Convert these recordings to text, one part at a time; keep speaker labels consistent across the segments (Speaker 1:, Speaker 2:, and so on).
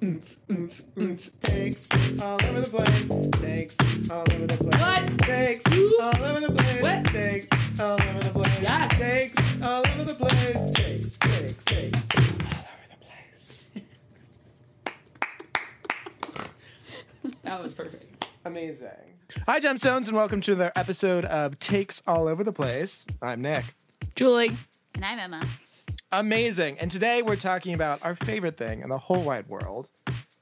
Speaker 1: mm, mm, mm. Takes all over the place. Takes all over the place.
Speaker 2: What?
Speaker 1: Takes
Speaker 2: You-
Speaker 1: all over the place.
Speaker 2: What?
Speaker 1: Takes all over the place.
Speaker 2: Yes.
Speaker 1: Takes all over the place. Takes, takes, takes.
Speaker 2: That was perfect.
Speaker 1: Amazing. Hi, Gemstones, and welcome to another episode of Takes All Over the Place. I'm Nick.
Speaker 3: Julie.
Speaker 4: And I'm Emma.
Speaker 1: Amazing. And today we're talking about our favorite thing in the whole wide world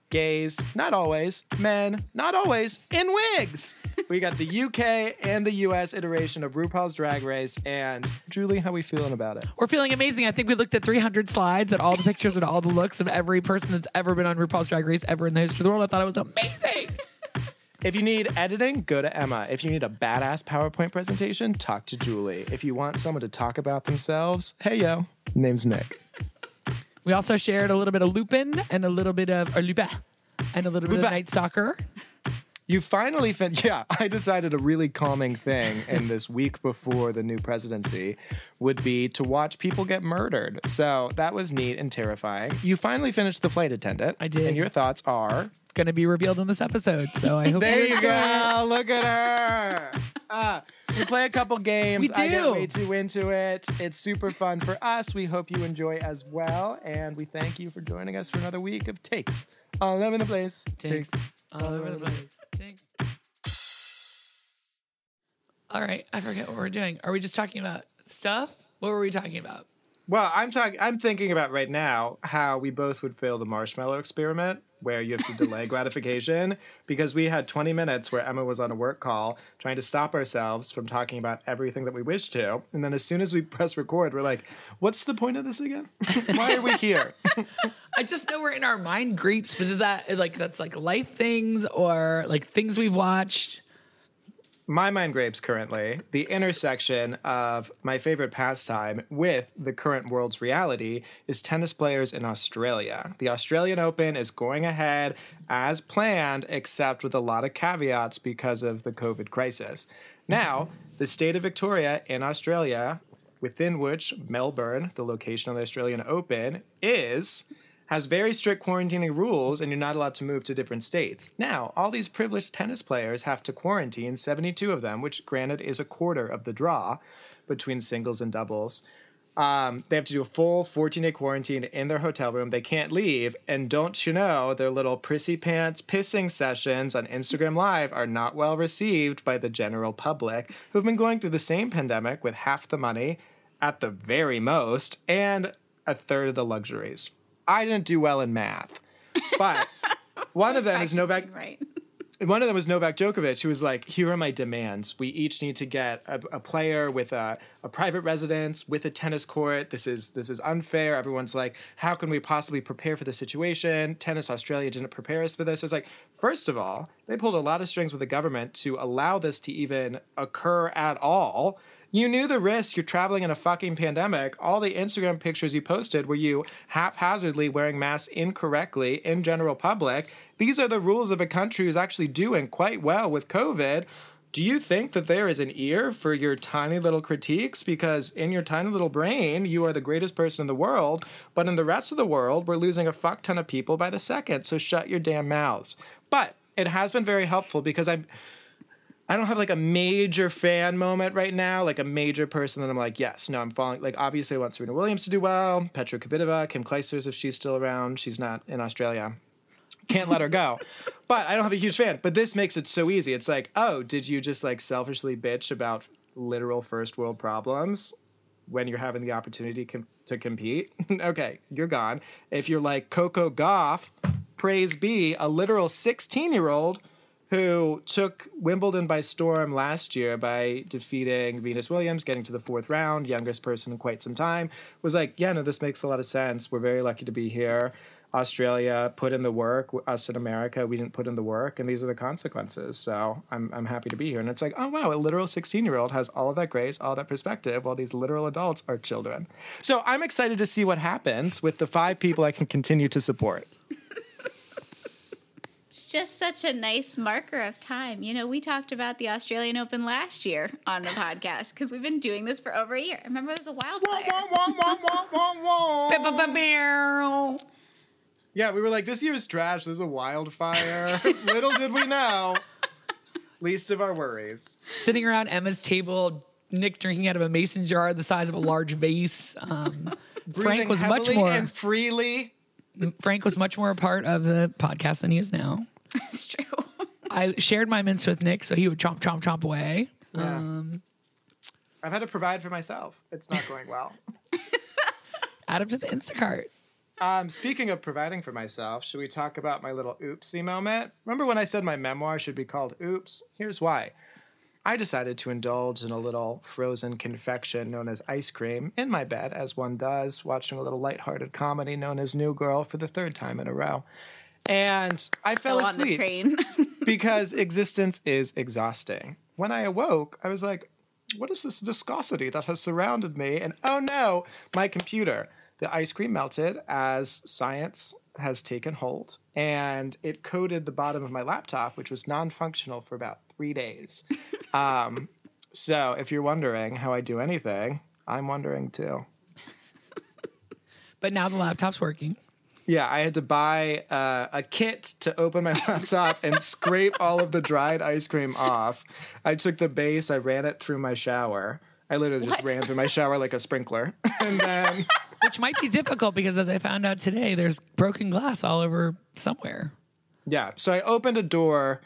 Speaker 1: gays, not always, men, not always, in wigs. We got the UK and the US iteration of RuPaul's Drag Race. And Julie, how we feeling about it?
Speaker 3: We're feeling amazing. I think we looked at 300 slides and all the pictures and all the looks of every person that's ever been on RuPaul's Drag Race ever in the history of the world. I thought it was amazing.
Speaker 1: If you need editing, go to Emma. If you need a badass PowerPoint presentation, talk to Julie. If you want someone to talk about themselves, hey yo, name's Nick.
Speaker 3: We also shared a little bit of Lupin and a little bit of or Lupin and a little bit
Speaker 1: Lupin.
Speaker 3: of Night Stalker.
Speaker 1: You finally fin- yeah, I decided a really calming thing in this week before the new presidency would be to watch people get murdered. So that was neat and terrifying. You finally finished the flight attendant. I
Speaker 3: did.
Speaker 1: And your thoughts are
Speaker 3: Going to be revealed in this episode. So I hope
Speaker 1: There
Speaker 3: you
Speaker 1: you
Speaker 3: enjoy it.
Speaker 1: go. Look at her. Ah, we play a couple games.
Speaker 3: We
Speaker 1: I get
Speaker 3: do.
Speaker 1: way too into it. It's super fun for us. We hope you enjoy as well. And we thank you for joining us for another week of takes. All over the place.
Speaker 3: Takes all over the place. Takes. All right, I forget what we're doing. Are we just talking about stuff? What were we talking about?
Speaker 1: Well, I'm talking. I'm thinking about right now how we both would fail the marshmallow experiment, where you have to delay gratification, because we had 20 minutes where Emma was on a work call trying to stop ourselves from talking about everything that we wish to, and then as soon as we press record, we're like, "What's the point of this again? Why are we here?"
Speaker 3: I just know we're in our mind greeps, but is that like that's like life things or like things we've watched?
Speaker 1: my mind grapes currently the intersection of my favorite pastime with the current world's reality is tennis players in australia the australian open is going ahead as planned except with a lot of caveats because of the covid crisis now the state of victoria in australia within which melbourne the location of the australian open is has very strict quarantining rules and you're not allowed to move to different states. Now, all these privileged tennis players have to quarantine, 72 of them, which granted is a quarter of the draw between singles and doubles. Um, they have to do a full 14 day quarantine in their hotel room. They can't leave. And don't you know, their little prissy pants pissing sessions on Instagram Live are not well received by the general public, who've been going through the same pandemic with half the money at the very most and a third of the luxuries. I didn't do well in math, but one of them is Novak.
Speaker 4: Practicing, Right.
Speaker 1: One of them was Novak Djokovic, who was like, "Here are my demands. We each need to get a, a player with a, a private residence, with a tennis court. This is this is unfair." Everyone's like, "How can we possibly prepare for the situation?" Tennis Australia didn't prepare us for this. It's like, first of all, they pulled a lot of strings with the government to allow this to even occur at all. You knew the risk. You're traveling in a fucking pandemic. All the Instagram pictures you posted were you haphazardly wearing masks incorrectly in general public. These are the rules of a country who's actually doing quite well with COVID. Do you think that there is an ear for your tiny little critiques? Because in your tiny little brain, you are the greatest person in the world, but in the rest of the world, we're losing a fuck ton of people by the second. So shut your damn mouths. But it has been very helpful because I'm. I don't have like a major fan moment right now, like a major person that I'm like, yes, no, I'm following. Like, obviously, I want Serena Williams to do well, Petra Kvitova, Kim Kleisters, if she's still around. She's not in Australia. Can't let her go. But I don't have a huge fan. But this makes it so easy. It's like, oh, did you just like selfishly bitch about literal first world problems? when you're having the opportunity com- to compete. okay, you're gone. If you're like Coco Goff, praise be, a literal 16 year old who took Wimbledon by storm last year by defeating Venus Williams, getting to the fourth round, youngest person in quite some time, was like, yeah, no, this makes a lot of sense. We're very lucky to be here. Australia put in the work. Us in America, we didn't put in the work, and these are the consequences. So I'm I'm happy to be here. And it's like, oh wow, a literal 16 year old has all of that grace, all that perspective, while these literal adults are children. So I'm excited to see what happens with the five people I can continue to support.
Speaker 4: It's just such a nice marker of time. You know, we talked about the Australian Open last year on the podcast because we've been doing this for over a year. Remember, it was a wildfire.
Speaker 3: Ba-ba-ba-meow.
Speaker 1: Yeah, we were like, this year's trash. There's a wildfire. Little did we know. Least of our worries.
Speaker 3: Sitting around Emma's table, Nick drinking out of a mason jar the size of a large vase. Um,
Speaker 1: Breathing
Speaker 3: Frank was much
Speaker 1: heavily
Speaker 3: more
Speaker 1: and freely.
Speaker 3: Frank was much more a part of the podcast than he is now.
Speaker 4: It's true.
Speaker 3: I shared my mints with Nick, so he would chomp, chomp, chomp away.
Speaker 1: Yeah.
Speaker 3: Um,
Speaker 1: I've had to provide for myself. It's not going well.
Speaker 3: Add him to the Instacart.
Speaker 1: Um, speaking of providing for myself, should we talk about my little oopsie moment? Remember when I said my memoir should be called Oops? Here's why. I decided to indulge in a little frozen confection known as ice cream in my bed, as one does, watching a little lighthearted comedy known as New Girl for the third time in a row. And I
Speaker 4: So
Speaker 1: fell
Speaker 4: on the
Speaker 1: asleep
Speaker 4: train.
Speaker 1: because existence is exhausting. When I awoke, I was like, what is this viscosity that has surrounded me? And oh no, my computer. The ice cream melted as science has taken hold, and it coated the bottom of my laptop, which was non functional for about three days. Um, so if you're wondering how I do anything, I'm wondering too.
Speaker 3: But now the laptop's working.
Speaker 1: Yeah, I had to buy uh, a kit to open my laptop and scrape all of the dried ice cream off. I took the base, I ran it through my shower. I literally just ran through my shower like a sprinkler. And then,
Speaker 3: which might be difficult because as I found out today, there's broken glass all over somewhere.
Speaker 1: yeah, so I opened a door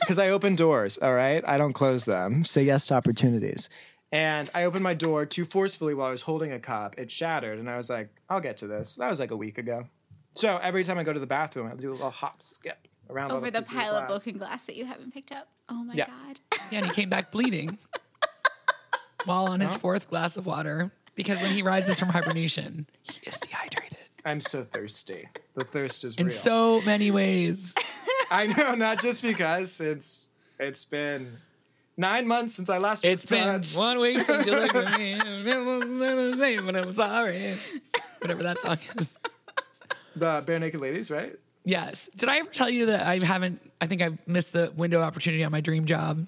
Speaker 1: because I open doors, all right? I don't close them. Say yes to opportunities. And I opened my door too forcefully while I was holding a cup. It shattered, and I was like, I'll get to this. That was like a week ago. So every time I go to the bathroom, I'll do a little hop, skip around all
Speaker 4: Over the
Speaker 1: pieces
Speaker 4: pile of
Speaker 1: glass.
Speaker 4: broken glass that you haven't picked up. Oh my
Speaker 1: Yeah.
Speaker 4: god.
Speaker 3: Yeah, and he came back bleeding while on his fourth glass of water because when he rises from hibernation, he is dehydrated
Speaker 1: I'm so thirsty. The thirst is
Speaker 3: in
Speaker 1: real.
Speaker 3: so many ways.
Speaker 1: I know, not just because it's it's been nine months since I last
Speaker 3: It's
Speaker 1: was
Speaker 3: been
Speaker 1: touched.
Speaker 3: one week since you looked at me, and it was never the same, but I'm sorry. Whatever that song is.
Speaker 1: The bare naked ladies, right?
Speaker 3: Yes. Did I ever tell you that I haven't? I think I've missed the window opportunity on my dream job.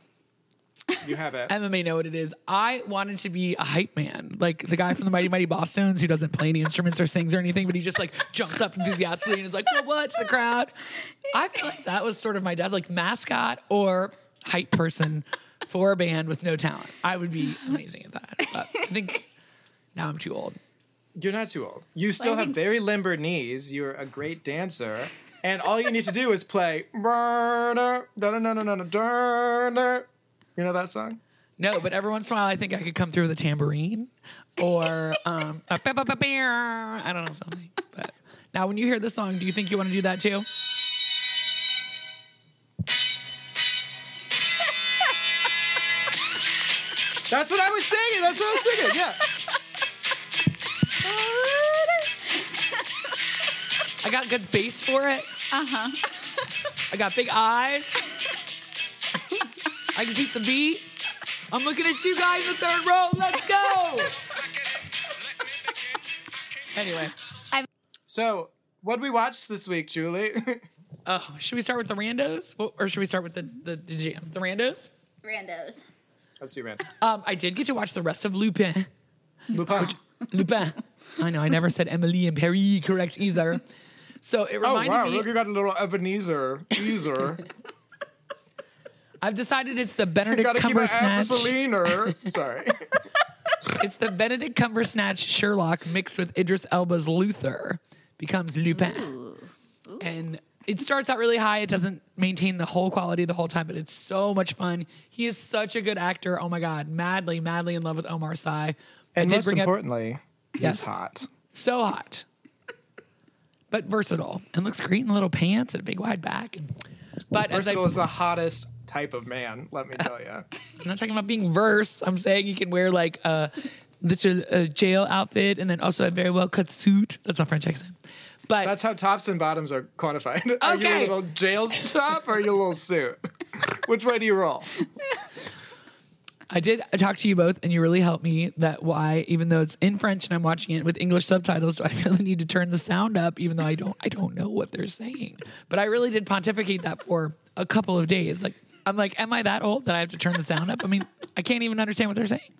Speaker 1: You have it.
Speaker 3: Emma may know what it is. I wanted to be a hype man, like the guy from the Mighty Mighty Boston's who doesn't play any instruments or sings or anything, but he just like jumps up enthusiastically and is like, "Well, what?" to the crowd. I feel like that was sort of my dad, like mascot or hype person for a band with no talent. I would be amazing at that. But I think now I'm too old.
Speaker 1: You're not too old. You still
Speaker 4: I
Speaker 1: have
Speaker 4: think-
Speaker 1: very limber knees. You're a great dancer. And all you need to do is play burner, no, no, no, no, no, burner. You know that song?
Speaker 3: No, but every once in a while, I think I could come through with a tambourine or um, a ba- ba- ba- bear. I don't know something. But now, when you hear this song, do you think you want to do that too?
Speaker 1: That's what I was singing. That's what I was singing. Yeah.
Speaker 3: I got good face for it. Uh huh. I got big eyes. I can keep the beat. I'm looking at you guys in the third row. Let's go. anyway,
Speaker 1: So, what we watched this week, Julie?
Speaker 3: oh, should we start with the randos, Well, or should we start with the the the, jam- the randos?
Speaker 4: Randos.
Speaker 1: Let's do it.
Speaker 3: Um, I did get to watch the rest of Lupin.
Speaker 1: Lupin.
Speaker 3: Lupin. I know I never said Emily and Perry correct either. So it
Speaker 1: Oh
Speaker 3: reminded
Speaker 1: wow!
Speaker 3: me.
Speaker 1: Look, you got a little Ebenezer. Easer.
Speaker 3: I've decided it's the Benedict
Speaker 1: Gotta keep my eye for
Speaker 3: Cumbersnatch.
Speaker 1: Selena. Sorry.
Speaker 3: It's the Benedict Cumbersnatch Sherlock mixed with Idris Elba's Luther becomes Lupin. And it starts out really high. It doesn't maintain the whole quality the whole time, but it's so much fun. He is such a good actor. Oh my God. Madly, madly in love with Omar Sy. I
Speaker 1: And
Speaker 3: did
Speaker 1: most
Speaker 3: bring up-
Speaker 1: importantly, he's
Speaker 3: Yes.
Speaker 1: hot.
Speaker 3: so hot, but versatile and looks great in little pants and a big wide back. And, but as I,
Speaker 1: Versatile is the hottest type of man, let me tell you.
Speaker 3: I'm not talking about being verse. I'm saying you can wear like a little uh, jail outfit and then also a very well cut suit. That's my French accent. But
Speaker 1: That's how tops and bottoms are quantified. Are you a
Speaker 3: Okay.
Speaker 1: little jail top or are you a little suit? Which way do you roll?
Speaker 3: I did talk to you both, and you really helped me. That why, even though it's in French and I'm watching it with English subtitles, do I feel the need to turn the sound up? Even though I don't, I don't know what they're saying. But I really did pontificate that for a couple of days. Like I'm like, am I that old that I have to turn the sound up? I mean, I can't even understand what they're saying.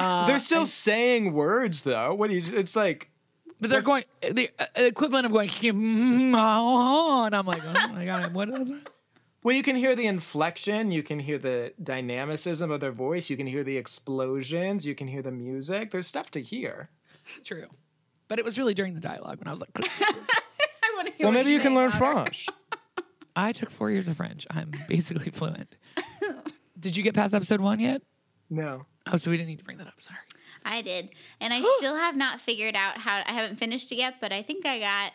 Speaker 1: They're still saying words though. What do you it's like
Speaker 3: But they're going
Speaker 1: What's-
Speaker 3: the uh, equivalent of going "Mm, oh," and I'm like, oh my god, what is that?
Speaker 1: Well, you can hear the inflection, you can hear the dynamicism of their voice, you can hear the explosions, you can hear the music. There's stuff to hear.
Speaker 3: True, but it was really during the dialogue when I was like,
Speaker 4: I want to hear.
Speaker 1: Well,
Speaker 4: what
Speaker 1: maybe you
Speaker 4: say
Speaker 1: can learn
Speaker 4: louder.
Speaker 1: French.
Speaker 3: I took four years of French. I'm basically fluent. Did you get past episode one yet?
Speaker 1: No.
Speaker 3: Oh, so we didn't need to bring that up. Sorry.
Speaker 4: I did, and I still have not figured out how. I haven't finished it yet, but I think I got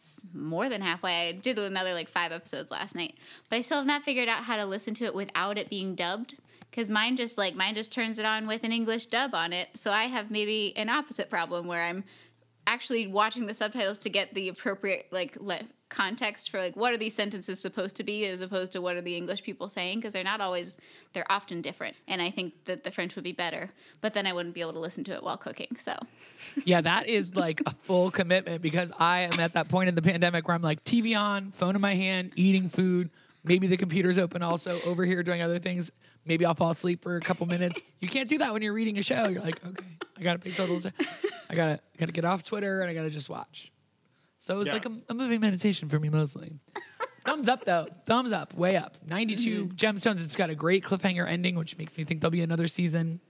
Speaker 4: s- more than halfway. I did another like five episodes last night, but I still have not figured out how to listen to it without it being dubbed. Because mine just like mine just turns it on with an English dub on it, so I have maybe an opposite problem where I'm actually watching the subtitles to get the appropriate like le- context for like what are these sentences supposed to be as opposed to what are the english people saying because they're not always they're often different and i think that the french would be better but then i wouldn't be able to listen to it while cooking so
Speaker 3: Yeah, that is like a full commitment because I am at that point in the pandemic where I'm like TV on, phone in my hand, eating food, maybe the computer's open also, over here doing other things. Maybe I'll fall asleep for a couple minutes. You can't do that when you're reading a show. You're like, okay, I got to pay total. atten- I gotta gotta get off Twitter and I gotta just watch. So it's
Speaker 1: Yeah.
Speaker 3: like a, a moving meditation for me mostly. Thumbs up though, thumbs up, way up. 92 gemstones. It's got a great cliffhanger ending, which makes me think there'll be another season.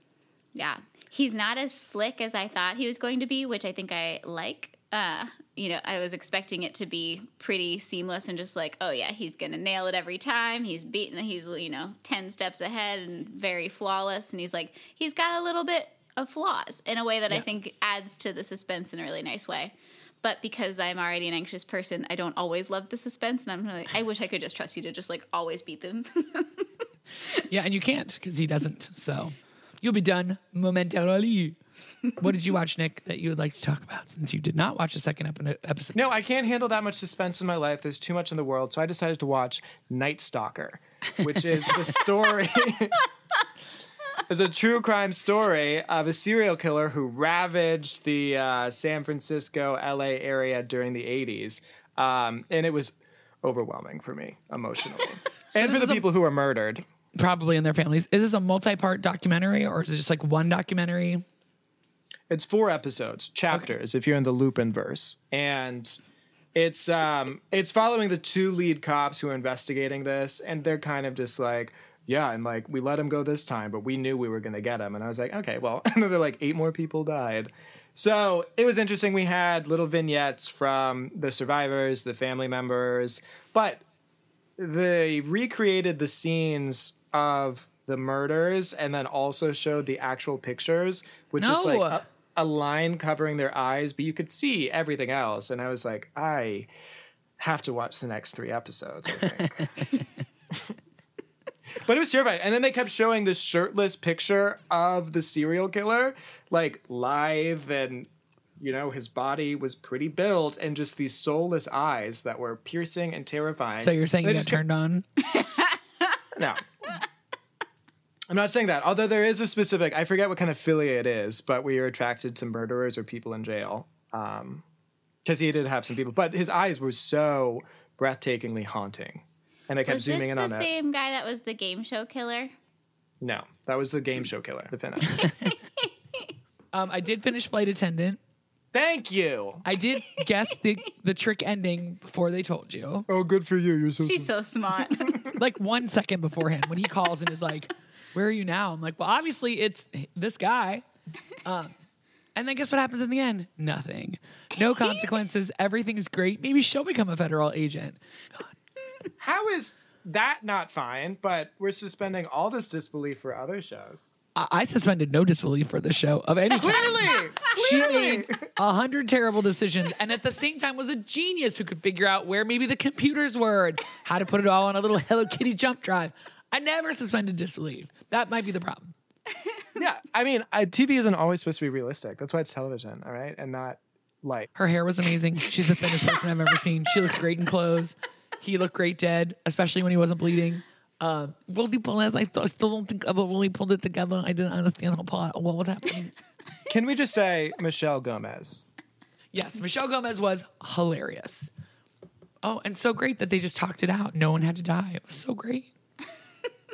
Speaker 4: yeah he's not as slick as i thought he was going to be which i think i like uh you know i was expecting it to be pretty seamless and just like oh yeah he's gonna nail it every time he's beaten he's you know 10 steps ahead and very flawless and he's like he's got a little bit of flaws in a way that i think adds to the suspense in a really nice way but because I'm already an anxious person, I don't always love the suspense, and I'm like, I wish I could just trust you to just like always beat them.
Speaker 3: Yeah, and you can't because he doesn't. So you'll be done momentarily. what did you watch, Nick, that you would like to talk about since you did not watch the second ep- episode?
Speaker 1: No, I can't handle that much suspense in my life. There's too much in the world. So I decided to watch Night Stalker, which is the story. It's a true crime story of a serial killer who ravaged the uh, San Francisco, LA area during the 80s. Um, and it was overwhelming for me emotionally. and for the people who were murdered.
Speaker 3: Probably in their families. Is this a multi part documentary or is it just like one documentary?
Speaker 1: It's four episodes, chapters, if you're in the Lupin verse. And it's um it's following the two lead cops who are investigating this, and they're kind of just like, yeah, and like we let him go this time, but we knew we were gonna get him. And I was like, okay, well, and then they're like, eight more people died. So it was interesting. We had little vignettes from the survivors, the family members, but they recreated the scenes of the murders and then also showed the actual pictures with just like
Speaker 3: No.
Speaker 1: a, a line covering their eyes, but you could see everything else. And I was like, I have to watch the next three episodes, I think. but it was terrifying. And then they kept showing this shirtless picture of the serial killer, like lithe and you know, his body was pretty built and just these soulless eyes that were piercing and terrifying.
Speaker 3: So you're saying
Speaker 1: They
Speaker 3: you got
Speaker 1: just kept-
Speaker 3: turned on?
Speaker 1: no. I'm not saying that. Although there is a specific, I forget what kind of filia it is, but we are attracted to murderers or people in jail. Because he did have some people, but his eyes were so breathtakingly haunting, and I kept
Speaker 4: Was this
Speaker 1: zooming in
Speaker 4: the
Speaker 1: on that.
Speaker 4: same guy that was the game show killer?
Speaker 1: No, that was the game show killer, the Finna.
Speaker 3: Um, I did finish Flight Attendant.
Speaker 1: Thank you.
Speaker 3: I did guess the, the trick ending before they told you,
Speaker 1: Oh, good for you. You're so.
Speaker 4: She's so smart.
Speaker 3: like one second beforehand when he calls and is like, Where are you now? I'm like, Well, obviously it's this guy. Um, And then guess what happens in the end? Nothing. No consequences. Everything is great. Maybe she'll become a federal agent.
Speaker 1: How is that not fine? But we're suspending all this disbelief for other shows.
Speaker 3: I, I suspended no disbelief for this show of any kind.
Speaker 1: Clearly,
Speaker 3: She
Speaker 1: clearly.
Speaker 3: made a hundred terrible decisions, and at the same time was a genius who could figure out where maybe the computers were and how to put it all on a little Hello Kitty jump drive. I never suspended disbelief. That might be the problem.
Speaker 1: yeah, I mean, I, TV isn't always supposed to be realistic. That's why it's television, all right, and not light.
Speaker 3: Her hair was amazing. She's the thinnest person I've ever seen. She looks great in clothes. He looked great dead, especially when he wasn't bleeding. Uh, Willie Perez, I th- still don't think I've really pulled it together. I didn't understand how plot, what was happening.
Speaker 1: Can we just say Michelle Gomez?
Speaker 3: Yes, Michelle Gomez was hilarious. Oh, and so great that they just talked it out. No one had to die. It was so great.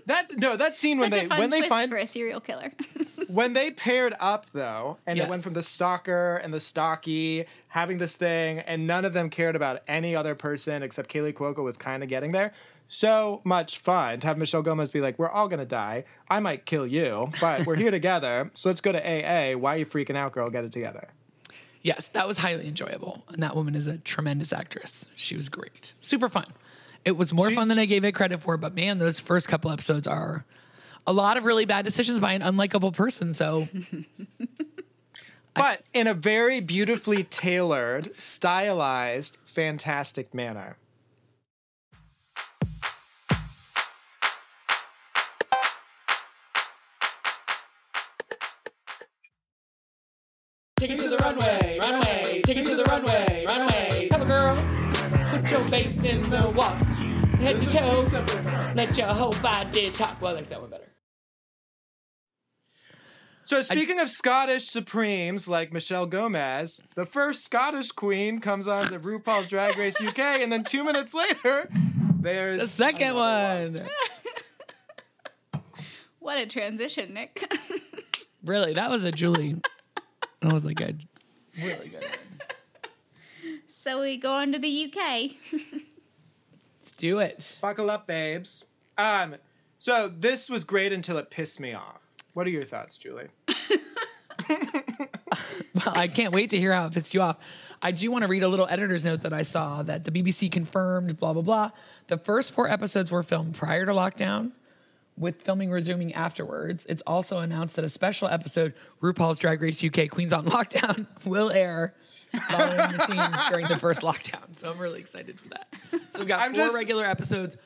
Speaker 1: That no, that scene
Speaker 4: Such
Speaker 1: when
Speaker 4: a
Speaker 1: they
Speaker 4: fun
Speaker 1: when they
Speaker 4: twist
Speaker 1: find
Speaker 4: for a serial killer.
Speaker 1: when they paired up though, and it went
Speaker 3: Yes.
Speaker 1: from the stalker and the stalky having this thing, and none of them cared about any other person except Kaylee Cuoco was kind of getting there. So much fun to have Michelle Gomez be like, "We're all gonna die. I might kill you, but we're here together. So let's go to AA. Why are you freaking out, girl? Get it together."
Speaker 3: Yes, that was highly enjoyable. And that woman is a tremendous actress. She was great. Super fun. It was more
Speaker 1: She's-
Speaker 3: fun than I gave it credit for, but man, those first couple episodes are a lot of really bad decisions by an unlikable person. So
Speaker 1: But in a very beautifully tailored, stylized, fantastic manner.
Speaker 3: Take it to the runway, runway, take it to the runway, runway. Come on, girl, put your face in the water. Head to toe, let your whole body talk. Well, I like that one better.
Speaker 1: So speaking of Scottish supremes like Michelle Gomez, the first Scottish queen comes on to RuPaul's Drag Race UK, and then two minutes later, there's
Speaker 3: The second one.
Speaker 4: What a transition, Nick.
Speaker 3: Really, that was a Julie. That was like a really good one.
Speaker 4: so we go on to the UK.
Speaker 3: Let's do it.
Speaker 1: buckle up, babes. Um, so this was great until it pissed me off. What are your thoughts, Julie?
Speaker 3: Well, I can't wait to hear how it pissed you off. I do want to read a little editor's note that I saw that the BBC confirmed, blah, blah, blah. The first four episodes were filmed prior to lockdown, with filming resuming afterwards. It's also announced that a special episode, RuPaul's Drag Race UK Queens on Lockdown, will air following the queens during the first lockdown. So I'm really excited for that. So we've got
Speaker 1: I'm
Speaker 3: four
Speaker 1: just-
Speaker 3: regular episodes,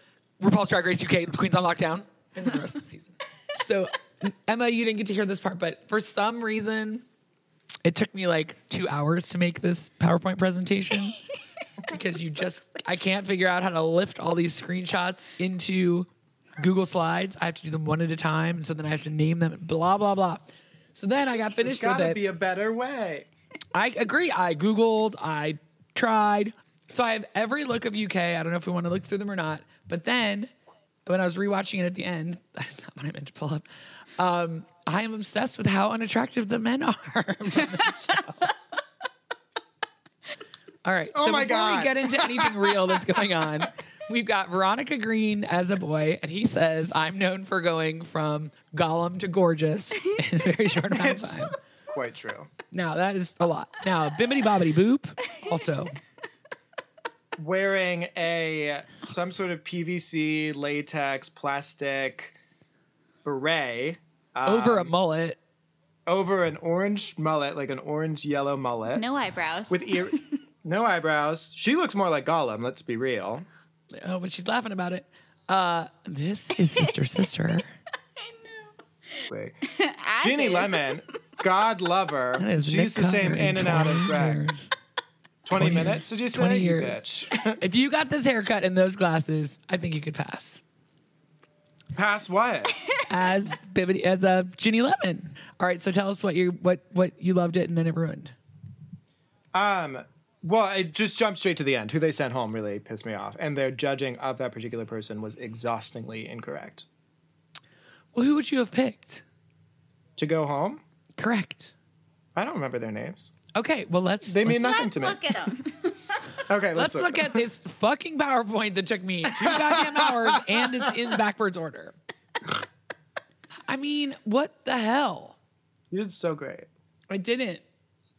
Speaker 3: RuPaul's Drag Race UK Queens on Lockdown, and then the rest of the season. So, Emma, you didn't get to hear this part, but for some reason, it took me like two hours to make this PowerPoint presentation because you just, I can't figure out how to lift all these screenshots into Google Slides. I have to do them one at a time. And so then I have to name them, blah, blah, blah. So then I got
Speaker 1: There's
Speaker 3: finished with
Speaker 1: gotta
Speaker 3: it.
Speaker 1: be a better way.
Speaker 3: I agree. I Googled, I tried. So I have every look of UK. I don't know if we want to look through them or not. But then when I was rewatching it at the end, that's not what I meant to pull up. Um, I am obsessed with how unattractive the men are. from this show. All right.
Speaker 1: Oh
Speaker 3: so
Speaker 1: my
Speaker 3: before
Speaker 1: God.
Speaker 3: we get into anything real that's going on, we've got Veronica Green as a boy, and he says, I'm known for going from Gollum to gorgeous in a very short amount of time.
Speaker 1: Quite true.
Speaker 3: Now that is a lot. Now bibbity bobbity boop. Also,
Speaker 1: Wearing a some sort of PVC latex plastic beret Um,
Speaker 3: over a mullet.
Speaker 1: over an orange mullet, like an orange yellow mullet.
Speaker 4: No eyebrows.
Speaker 1: with ear no eyebrows. She looks more like Gollum, let's be real.
Speaker 3: Oh, but she's laughing about it. Uh, this is sister sister.
Speaker 1: Wait.
Speaker 4: As
Speaker 1: Ginny
Speaker 4: is.
Speaker 1: Lemon, God love her.
Speaker 3: That is
Speaker 1: She's
Speaker 3: Nick
Speaker 1: the same
Speaker 3: Carter
Speaker 1: in and out of
Speaker 3: 20
Speaker 1: drag.
Speaker 3: years.
Speaker 1: 20
Speaker 3: years.
Speaker 1: minutes, did you say?
Speaker 3: 20
Speaker 1: You
Speaker 3: years.
Speaker 1: bitch.
Speaker 3: If you got this haircut and those glasses, I think you could pass
Speaker 1: Pass what?
Speaker 3: as bibbity as a Ginny Lemon. All right, so tell us what you what what you loved it and then it ruined.
Speaker 1: Well, it just jumped straight to the end. Who they sent home really pissed me off. And their judging of that particular person was exhaustingly incorrect.
Speaker 3: Well, who would you have picked?
Speaker 1: To go home?
Speaker 3: Correct.
Speaker 1: I don't remember their names.
Speaker 3: Okay, well let's
Speaker 1: They mean
Speaker 3: let's,
Speaker 1: nothing
Speaker 4: Let's
Speaker 1: to me.
Speaker 4: look at them.
Speaker 1: Okay,
Speaker 3: let's
Speaker 1: let's,
Speaker 3: look at this fucking PowerPoint that took me two goddamn hours and it's in backwards order. I mean, what the hell?
Speaker 1: You did so great.
Speaker 3: I didn't.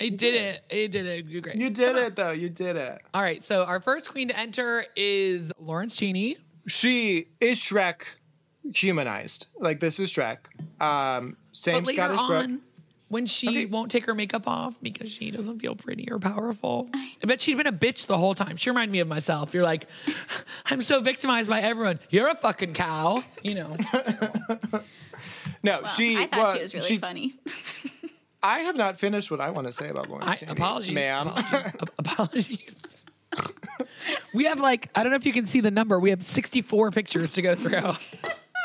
Speaker 3: I didn't. I didn't. You're great.
Speaker 1: You did it though. You did it.
Speaker 3: All right. So our first queen to enter is Lawrence Cheney.
Speaker 1: She is Shrek humanized. Like this is Shrek. Um, same
Speaker 3: But later
Speaker 1: Scottish brook.
Speaker 3: on, when she won't take her makeup off because she doesn't feel pretty or powerful, I bet she'd been a bitch the whole time. She reminded me of myself. You're like, I'm so victimized by everyone. You're a fucking cow. You know.
Speaker 1: No,
Speaker 4: Well,
Speaker 1: she.
Speaker 4: I thought
Speaker 1: well,
Speaker 4: she was really funny.
Speaker 1: I have not finished what I want to say about Lawrence.
Speaker 3: I,
Speaker 1: Cheney,
Speaker 3: apologies,
Speaker 1: ma'am.
Speaker 3: Apologies. ap- apologies. we have like I don't know if you can see the number. We have 64 pictures to go through.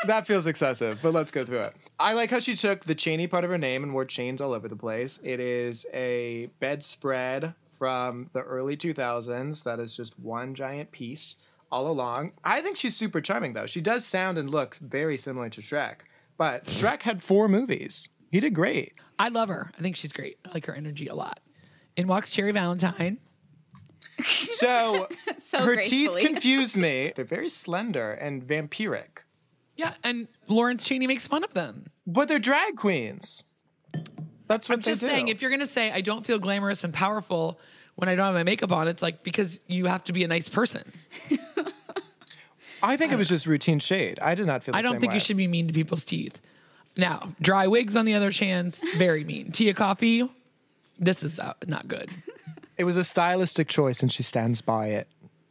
Speaker 1: that feels excessive, but let's go through it. I like how she took the Cheney part of her name and wore chains all over the place. It is a bedspread from the early 2000s that is just one giant piece all along. I think she's super charming though. She does sound and look very similar to Shrek, but Shrek had four movies. He did great.
Speaker 3: I love her. I think she's great. I like her energy a lot. In walks Cherry Valentine.
Speaker 1: So
Speaker 4: So
Speaker 1: her teeth
Speaker 4: gracefully.
Speaker 1: confuse me. They're very slender and vampiric,
Speaker 3: Yeah, and Lawrence Cheney makes fun of them.
Speaker 1: but they're drag queens. That's what they
Speaker 3: Just
Speaker 1: do.
Speaker 3: saying, if you're gonna say I don't feel glamorous and powerful when I don't have my makeup on, it's like because you have to be a nice person.
Speaker 1: I think it was just routine shade. I did not feel. The
Speaker 3: I don't
Speaker 1: same
Speaker 3: think
Speaker 1: way.
Speaker 3: you should be mean to people's teeth. Now, dry wigs on the other hand, very mean. Tia Coffee, this is uh, not good.
Speaker 1: It was a stylistic choice, and she stands by it.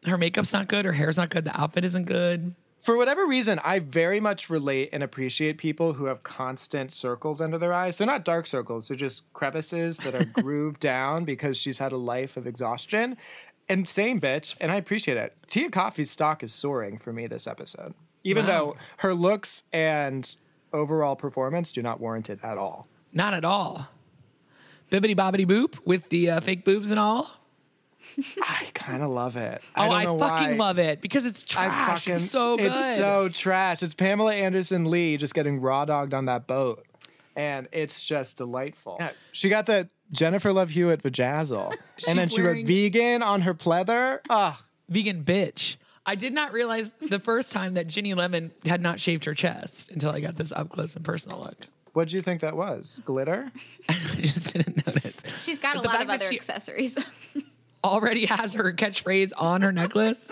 Speaker 3: Her makeup's not good. Her hair's not good. The outfit isn't good.
Speaker 1: For whatever reason, I very much relate and appreciate people who have constant circles under their eyes. They're not dark circles, they're just crevices that are grooved down because she's had a life of exhaustion. And same bitch, and I appreciate it. Tia Coffey's stock is soaring for me this episode, even though her looks and overall performance do not warrant it at all.
Speaker 3: Not at all. Bibbity bobbity boop with the uh, fake boobs and all.
Speaker 1: I kind of love it.
Speaker 3: Oh,
Speaker 1: I don't
Speaker 3: I,
Speaker 1: know
Speaker 3: fucking
Speaker 1: why.
Speaker 3: love it because it's trash.
Speaker 1: I fucking
Speaker 3: it's so good.
Speaker 1: It's so trash. It's Pamela Anderson Lee just getting raw dogged on that boat, and it's just delightful. She got the Jennifer Love Hewitt vajazzle, and then she
Speaker 3: wearing-
Speaker 1: wrote vegan on her pleather. Ah, Ugh.
Speaker 3: vegan bitch. I did not realize the first time that Ginny Lemon had not shaved her chest until I got this up close and personal look.
Speaker 1: What do you think that was? Glitter?
Speaker 3: I just didn't notice.
Speaker 4: She's got a
Speaker 3: the
Speaker 4: lot
Speaker 3: fact
Speaker 4: of
Speaker 3: that
Speaker 4: other
Speaker 3: she-
Speaker 4: accessories.
Speaker 3: Already has her catchphrase on her necklace.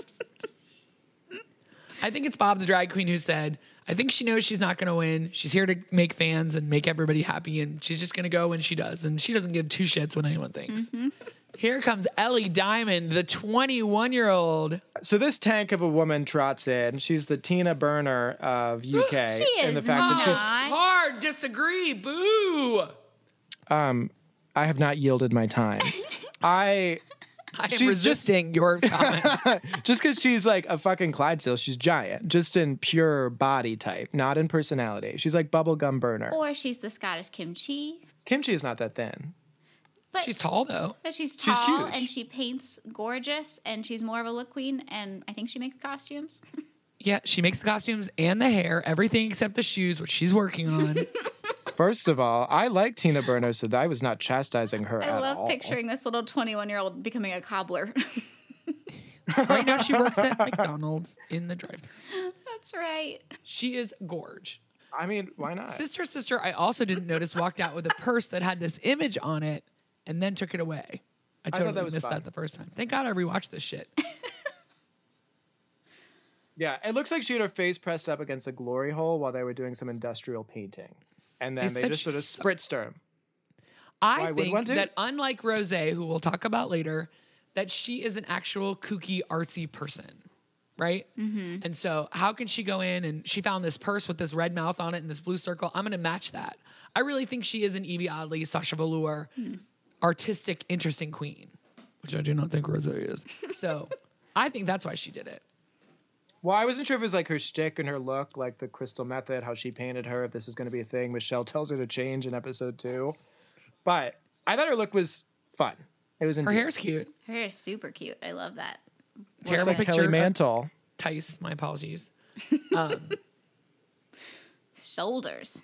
Speaker 3: I think it's Bob the drag queen who said, I think she knows she's not going to win. She's here to make fans and make everybody happy, and she's just going to go when she does. And she doesn't give two shits what anyone thinks. Here comes Ellie Diamond, the 21 year old.
Speaker 1: So this tank of a woman trots in. She's the Tina Burner of UK,
Speaker 4: She
Speaker 1: and the
Speaker 4: is
Speaker 1: fact that she's.
Speaker 4: not. What?
Speaker 3: Hard disagree. Boo.
Speaker 1: I have not yielded my time. I
Speaker 3: I am
Speaker 1: She's just-
Speaker 3: resisting your comments.
Speaker 1: just because she's like a fucking Clydesdale, she's giant, just in pure body type, not in personality. She's like bubblegum burner.
Speaker 4: or she's the Scottish kimchi.
Speaker 1: Kimchi is not that thin.
Speaker 4: But
Speaker 3: She's tall though.
Speaker 4: But she's
Speaker 1: She's
Speaker 4: tall
Speaker 1: huge.
Speaker 4: and she paints gorgeous and she's more of a look queen and I think she makes costumes.
Speaker 3: Yeah, she makes the costumes and the hair, everything except the shoes, which she's working on.
Speaker 1: First of all, I like Tina Burner, so I was not chastising her
Speaker 4: I
Speaker 1: at
Speaker 4: love
Speaker 1: all.
Speaker 4: picturing this little 21 year old becoming a cobbler.
Speaker 3: right now, she works at McDonald's in the drive.
Speaker 4: That's right.
Speaker 3: She is gorge.
Speaker 1: I mean, why not?
Speaker 3: Sister, sister, I also didn't notice walked out with a purse that had this image on it, and then took it away. I
Speaker 1: thought
Speaker 3: totally
Speaker 1: that was
Speaker 3: missed
Speaker 1: fine.
Speaker 3: that the first time. Thank God I rewatched this shit.
Speaker 1: yeah, it looks like she had her face pressed up against a glory hole while they were doing some industrial painting, and then
Speaker 3: They
Speaker 1: they,
Speaker 3: said
Speaker 1: just
Speaker 3: she
Speaker 1: sort of
Speaker 3: sucked.
Speaker 1: spritzed her. Why
Speaker 3: I
Speaker 1: would one
Speaker 3: think
Speaker 1: do?
Speaker 3: that unlike Rose, who we'll talk about later, that she is an actual kooky artsy person, right? Mm-hmm. And so, how can she go in and she found this purse with this red mouth on it and this blue circle? I'm going to match that. I really think she is an Evie Oddly, Sasha Velour,
Speaker 1: Hmm.
Speaker 3: artistic, interesting queen, which I do not think Rose is. So, I think that's why she did it.
Speaker 1: Well, I wasn't sure if it was like her shtick and her look, like the crystal method, how she painted her, if this is going to be a thing. Michelle tells her to change in episode two, but I thought her look was fun. It was
Speaker 3: Her
Speaker 1: endearing.
Speaker 3: hair's cute.
Speaker 4: Her hair is super cute. I love that.
Speaker 1: It's
Speaker 3: Terrible
Speaker 1: like
Speaker 3: picture.
Speaker 1: Kelly
Speaker 3: of
Speaker 1: Mantle.
Speaker 3: Tice, my apologies.
Speaker 4: Shoulders.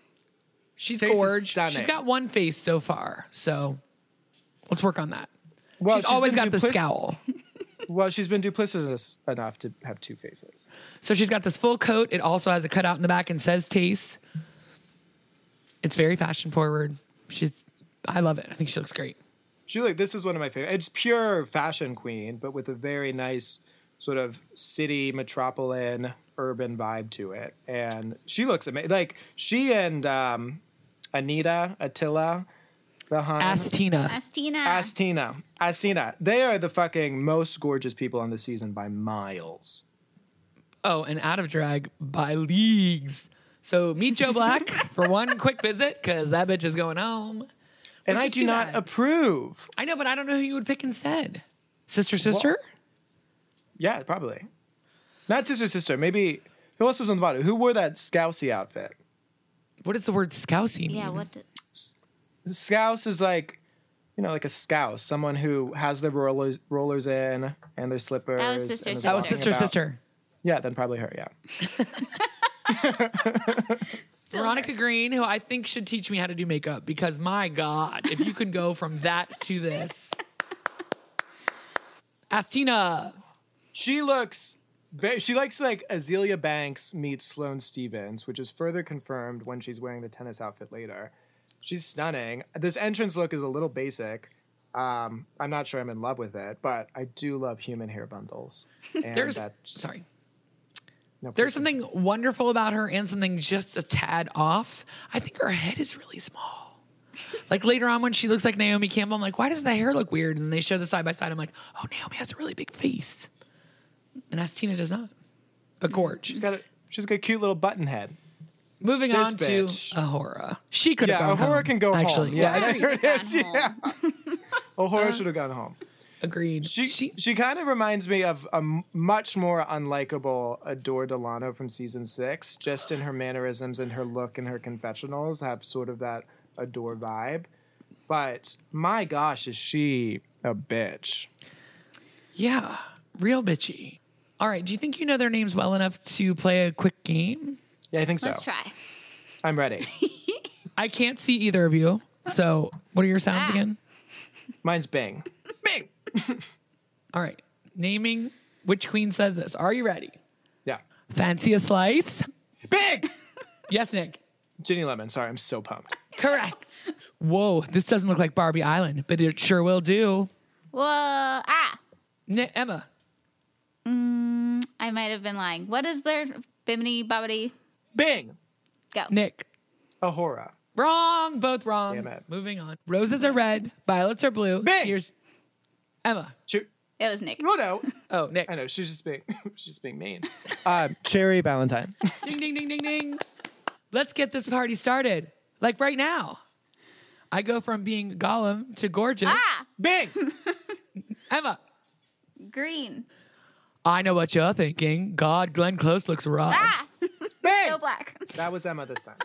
Speaker 3: She's
Speaker 1: Face is
Speaker 3: gorge. She's
Speaker 1: stunning.
Speaker 3: got one face so far. So, let's work on that.
Speaker 1: Well,
Speaker 3: she's, always
Speaker 1: been
Speaker 3: got the
Speaker 1: duplic-
Speaker 3: scowl.
Speaker 1: Well, she's been duplicitous enough to have two faces.
Speaker 3: So she's got this full coat. It also has a cutout in the back and says taste. It's very fashion forward. She's I love it. I think she looks great.
Speaker 1: She like this is one of my favorite. It's pure fashion queen, but with a very nice sort of city metropolitan urban vibe to it. And she looks amazing. Like she and um, Anita Attila, the Hun,
Speaker 3: Astina.
Speaker 4: Astina.
Speaker 1: Astina, Astina. They are the fucking most gorgeous people on the season by miles.
Speaker 3: Oh, and out of drag by leagues. So meet Joe Black for one quick visit because that bitch is going home.
Speaker 1: And
Speaker 3: Which
Speaker 1: I
Speaker 3: is
Speaker 1: do
Speaker 3: too
Speaker 1: not
Speaker 3: bad.
Speaker 1: approve.
Speaker 3: I know, but I don't know who you would pick instead. Sister, sister.
Speaker 1: Yeah, probably. Not sister, sister. Maybe who else was on the bottom? Who wore that Scousy outfit?
Speaker 3: What does the word scousy mean?
Speaker 4: Yeah, what? d-
Speaker 1: scouse is like you know like a scouse someone who has their rollers rollers in and their slippers
Speaker 4: That was sister,
Speaker 1: and is
Speaker 4: sister.
Speaker 3: Oh,
Speaker 1: walking
Speaker 3: sister,
Speaker 1: about.
Speaker 3: sister.
Speaker 1: yeah then probably her yeah
Speaker 3: Veronica Green, who I think should teach me how to do makeup because my God, if you can go from that to this. Astina.
Speaker 1: She looks. ve- She likes like Azealia Banks meets Sloane Stevens, which is further confirmed when she's wearing the tennis outfit later. She's stunning. This entrance look is a little basic. Um, I'm not sure I'm in love with it, but I do love human hair bundles. And
Speaker 3: There's
Speaker 1: that's-
Speaker 3: sorry.
Speaker 1: no, please
Speaker 3: There's
Speaker 1: don't.
Speaker 3: something wonderful about her and something just a tad off. I think her head is really small. Like later on when she looks like Naomi Campbell, I'm like, why does the hair look weird? And they show the side by side. I'm like, oh, Naomi has a really big face. And Astina does not. But gorge.
Speaker 1: She's got a she's got a cute little button head.
Speaker 3: Moving
Speaker 1: This
Speaker 3: on
Speaker 1: bitch.
Speaker 3: to Ahura. She could
Speaker 1: Yeah,
Speaker 3: have gone
Speaker 1: Ahura
Speaker 3: home,
Speaker 1: can go home.
Speaker 3: actually.
Speaker 1: Yeah.
Speaker 3: I agree.
Speaker 1: There it is,
Speaker 4: yeah.
Speaker 1: O'Hora should have gone home.
Speaker 3: agreed.
Speaker 1: She she, kind of reminds me of a m- much more unlikable Adore Delano from season six, just in her mannerisms and her look and her confessionals have sort of that Adore vibe. But my gosh, is she a bitch?
Speaker 3: Yeah, real bitchy. All right, do you think you know their names well enough to play a quick game?
Speaker 1: Yeah, I think so.
Speaker 4: Let's try.
Speaker 1: I'm ready.
Speaker 3: I can't see either of you. So, what are your sounds
Speaker 4: Ah.
Speaker 3: again?
Speaker 1: Mine's Bing. Bing.
Speaker 3: All right, naming which queen says this. Are you ready?
Speaker 1: Yeah.
Speaker 3: Fancy a slice?
Speaker 1: Bing.
Speaker 3: Yes, Nick.
Speaker 1: Ginny Lemon. Sorry, I'm so pumped.
Speaker 3: Correct. Whoa, this doesn't look like Barbie Island, but it sure will do.
Speaker 4: Whoa. Ah. Mm,
Speaker 3: Ni- Emma,
Speaker 4: I might have been lying. What is their Bimini Bobbity?
Speaker 1: Bing.
Speaker 4: Go.
Speaker 3: Nick.
Speaker 1: Ahora.
Speaker 3: Wrong, both wrong.
Speaker 1: Damn it.
Speaker 3: Moving on. Roses are red, violets are blue.
Speaker 1: Bing.
Speaker 3: Here's Emma.
Speaker 1: Shoot.
Speaker 4: It was Nick.
Speaker 1: No, no.
Speaker 3: Oh, Nick.
Speaker 1: I know she's just being she's being mean. Um, Cherry Valentine.
Speaker 3: Ding, ding, ding, ding, ding. Let's get this party started. Like right now. I go from being Gollum to gorgeous.
Speaker 4: Ah.
Speaker 1: Bing.
Speaker 3: Emma,
Speaker 4: Green.
Speaker 3: I know what you're thinking. God, Glenn Close looks rough.
Speaker 4: Ah.
Speaker 1: Bing.
Speaker 4: So black.
Speaker 1: That was Emma this time.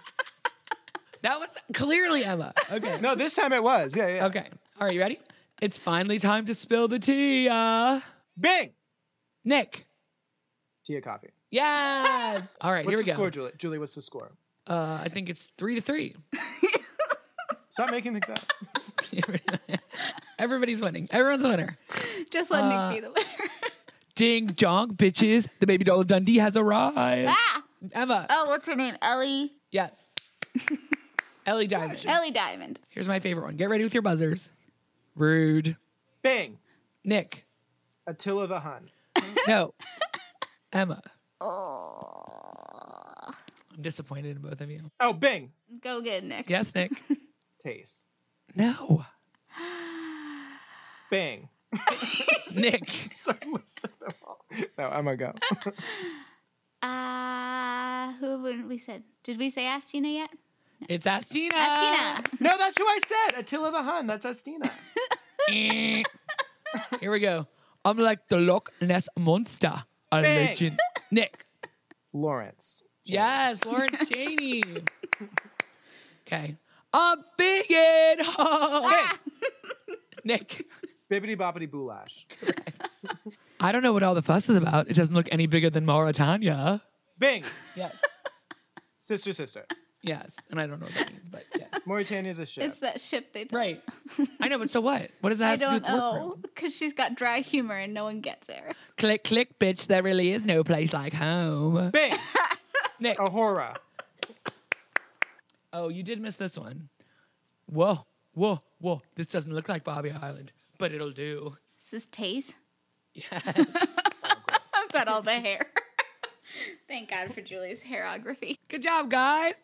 Speaker 3: That was clearly Emma. Okay.
Speaker 1: No, this time it was. Yeah, yeah.
Speaker 3: Okay. All right, you ready? It's finally time to spill the tea. Uh,
Speaker 1: Bing.
Speaker 3: Nick.
Speaker 1: Tia Coffee.
Speaker 3: Yeah. All right,
Speaker 1: What's
Speaker 3: here we
Speaker 1: the
Speaker 3: go.
Speaker 1: score, Julie? Julie, what's the score?
Speaker 3: Uh, I think it's three to three.
Speaker 1: Stop making things up.
Speaker 3: Everybody's winning. Everyone's a winner.
Speaker 4: Just let Nick be the winner.
Speaker 3: Ding dong, bitches. The baby doll of Dundee has arrived.
Speaker 4: ah.
Speaker 3: Emma.
Speaker 4: Oh, what's her name? Ellie.
Speaker 3: Yes. Ellie Diamond.
Speaker 4: Ellie Diamond.
Speaker 3: Here's my favorite one. Get ready with your buzzers. Rude.
Speaker 1: Bing.
Speaker 3: Nick.
Speaker 1: Attila the Hun.
Speaker 3: No. Emma.
Speaker 4: Oh.
Speaker 3: I'm disappointed in both of you.
Speaker 1: Oh, Bing.
Speaker 4: Go good, Nick.
Speaker 3: Yes, Nick.
Speaker 1: Taste.
Speaker 3: No.
Speaker 1: Bing.
Speaker 3: Nick.
Speaker 1: So listen to them all. No, I'm gonna go.
Speaker 4: Uh, who would we said? Did we say Astina yet?
Speaker 3: It's Astina.
Speaker 4: Astina.
Speaker 1: No, that's who I said. Attila the Hun. That's Estina.
Speaker 3: Eh. Here we go. I'm like the Loch Ness monster. A
Speaker 1: Bing.
Speaker 3: legend. Nick.
Speaker 1: Lawrence.
Speaker 3: Yes, Lawrence Cheney. Okay. A bigot. Nick.
Speaker 1: Bibbidi bobbidi boulash.
Speaker 3: I don't know what all the fuss is about. It doesn't look any bigger than Mauritania.
Speaker 1: Bing.
Speaker 3: Yes.
Speaker 1: Sister, sister.
Speaker 3: Yes. And I don't know what that means, but yeah.
Speaker 1: Mauritania's a ship.
Speaker 4: It's that ship they built.
Speaker 3: Right. I know, but so what? What does that
Speaker 4: I
Speaker 3: have to do
Speaker 4: don't
Speaker 3: with work?
Speaker 4: know because she's got dry humor and no one gets her.
Speaker 3: Click, click, bitch. There really is no place like home.
Speaker 1: Bing.
Speaker 3: Nick. Oh.
Speaker 1: Ahora.
Speaker 3: you did miss this one. Whoa, whoa, whoa. This doesn't look like Bobby Island, but it'll do.
Speaker 4: This is Taze.
Speaker 3: Yeah.
Speaker 4: I've got all the hair. Thank God for Julie's hairography.
Speaker 3: Good job, guys.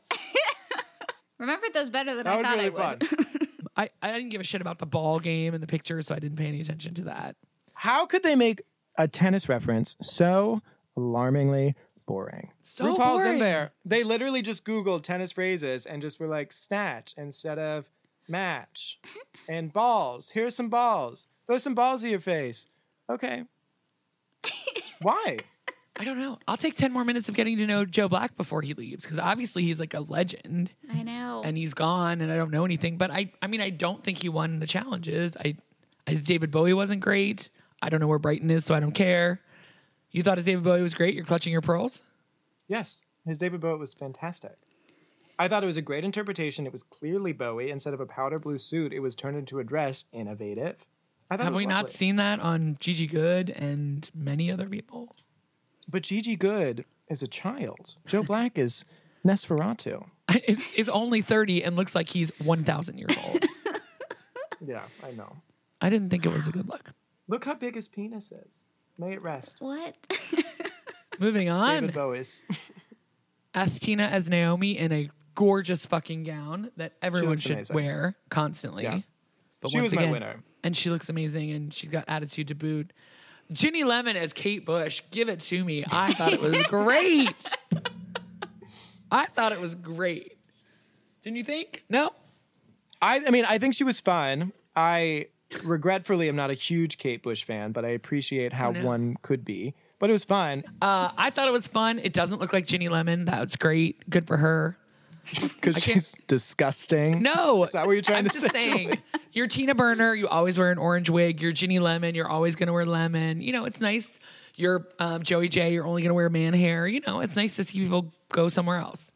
Speaker 4: Remembered those better than
Speaker 1: That
Speaker 4: I
Speaker 1: was
Speaker 4: thought
Speaker 1: really
Speaker 4: I
Speaker 1: fun.
Speaker 4: would.
Speaker 3: I, I didn't give a shit about the ball game and the picture, so I didn't pay any attention to that.
Speaker 1: How could they make a tennis reference so alarmingly boring?
Speaker 3: So
Speaker 1: RuPaul's in
Speaker 3: boring.
Speaker 1: there. They literally just Googled tennis phrases and just were like snatch instead of match. and balls. Here's some balls. Throw some balls at your face. Okay. Why?
Speaker 3: I don't know. I'll take 10 more minutes of getting to know Joe Black before he leaves because obviously he's like a legend
Speaker 4: I know.
Speaker 3: and he's gone and I don't know anything. But I, I mean, I don't think he won the challenges. I, I David Bowie wasn't great. I don't know where Brighton is, so I don't care. You thought his David Bowie was great? You're clutching your pearls?
Speaker 1: Yes. His David Bowie was fantastic. I thought it was a great interpretation. It was clearly Bowie. Instead of a powder blue suit, it was turned into a dress. Innovative. I thought it
Speaker 3: Have
Speaker 1: was
Speaker 3: we not
Speaker 1: lovely.
Speaker 3: seen that on Gigi Good and many other people?
Speaker 1: But Gigi Good is a child. Joe Black is Nesferatu.
Speaker 3: is, is only 30 and looks like he's 1,000 years old.
Speaker 1: Yeah, I know.
Speaker 3: I didn't think it was a good look.
Speaker 1: Look how big his penis is. May it rest.
Speaker 4: What?
Speaker 3: Moving on,
Speaker 1: David Bowie's.
Speaker 3: asked Tina as Naomi in a gorgeous fucking gown that everyone
Speaker 1: looks
Speaker 3: should
Speaker 1: amazing.
Speaker 3: wear constantly.
Speaker 1: Yeah.
Speaker 3: But
Speaker 1: She
Speaker 3: once
Speaker 1: was my
Speaker 3: again,
Speaker 1: winner.
Speaker 3: And she looks amazing and she's got attitude to boot. Ginny Lemon as Kate Bush. Give it to me. I thought it was great. I thought it was great. Didn't you think? No?
Speaker 1: I, I mean, I think she was fun. I regretfully am not a huge Kate Bush fan, but I appreciate how
Speaker 3: No.
Speaker 1: one could be. But it was fun.
Speaker 3: Uh, I thought it was fun. It doesn't look like Ginny Lemon. That's great. Good for her.
Speaker 1: Because she's disgusting.
Speaker 3: No.
Speaker 1: Is that what you're trying to
Speaker 3: I'm just
Speaker 1: say?
Speaker 3: saying. You're Tina Burner. You always wear an orange wig. You're Ginny Lemon. You're always going to wear lemon. You know, it's nice. You're um, Joey J. You're only going to wear man hair. You know, it's nice to see people go somewhere else.